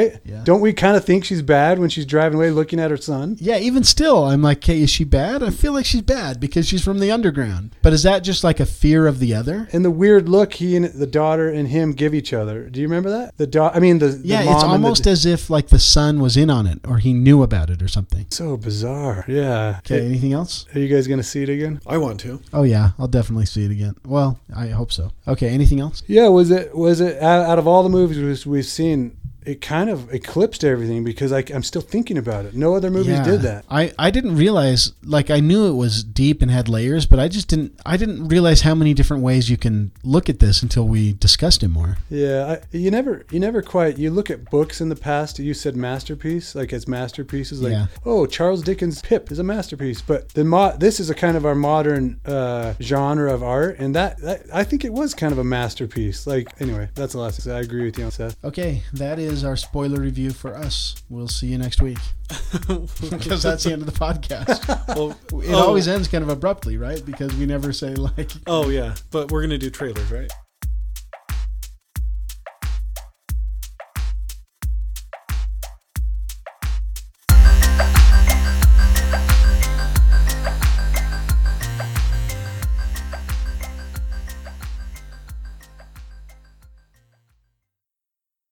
[SPEAKER 1] Yeah.
[SPEAKER 2] Don't we kind of think she's bad when she's driving away looking at her son?
[SPEAKER 1] Yeah, even still, I'm like, hey, is she bad? I feel like she's bad because she's from the underground. But is that just like a fear of the other?
[SPEAKER 2] And the weird look he and the daughter and him give each other. Do you remember that? The daughter, I mean, the, the
[SPEAKER 1] Yeah,
[SPEAKER 2] mom
[SPEAKER 1] it's
[SPEAKER 2] and the-
[SPEAKER 1] almost as if like the son was in on it or he knew about it or something.
[SPEAKER 2] so bizarre. Yeah.
[SPEAKER 1] Okay, anything else?
[SPEAKER 2] Are you guys gonna see it again?
[SPEAKER 3] I want to.
[SPEAKER 1] Oh yeah, I'll definitely see it again. Well, I hope so. Okay, anything else?
[SPEAKER 2] Yeah, was it was it out, out of all the movies we've- we've seen, it kind of eclipsed everything because I, I'm still thinking about it. No other movie
[SPEAKER 1] Yeah.
[SPEAKER 2] did that.
[SPEAKER 1] I, I didn't realize like I knew it was deep and had layers, but I just didn't I didn't realize how many different ways you can look at this until we discussed it more.
[SPEAKER 2] Yeah, I, you never, you never quite. You look at books in the past. You said masterpiece, like as masterpieces, like
[SPEAKER 1] Yeah.
[SPEAKER 2] oh, Charles Dickens' Pip is a masterpiece. But the mo- this is a kind of our modern uh, genre of art, and that, that I think it was kind of a masterpiece. Like anyway, that's the last. I agree with you on Seth.
[SPEAKER 1] Okay, that is our spoiler review for us. We'll see you next week. Because that's the end of the podcast.
[SPEAKER 3] Well,
[SPEAKER 1] It always ends kind of abruptly, right? Because we never say like
[SPEAKER 3] Oh yeah, but we're gonna do trailers, right?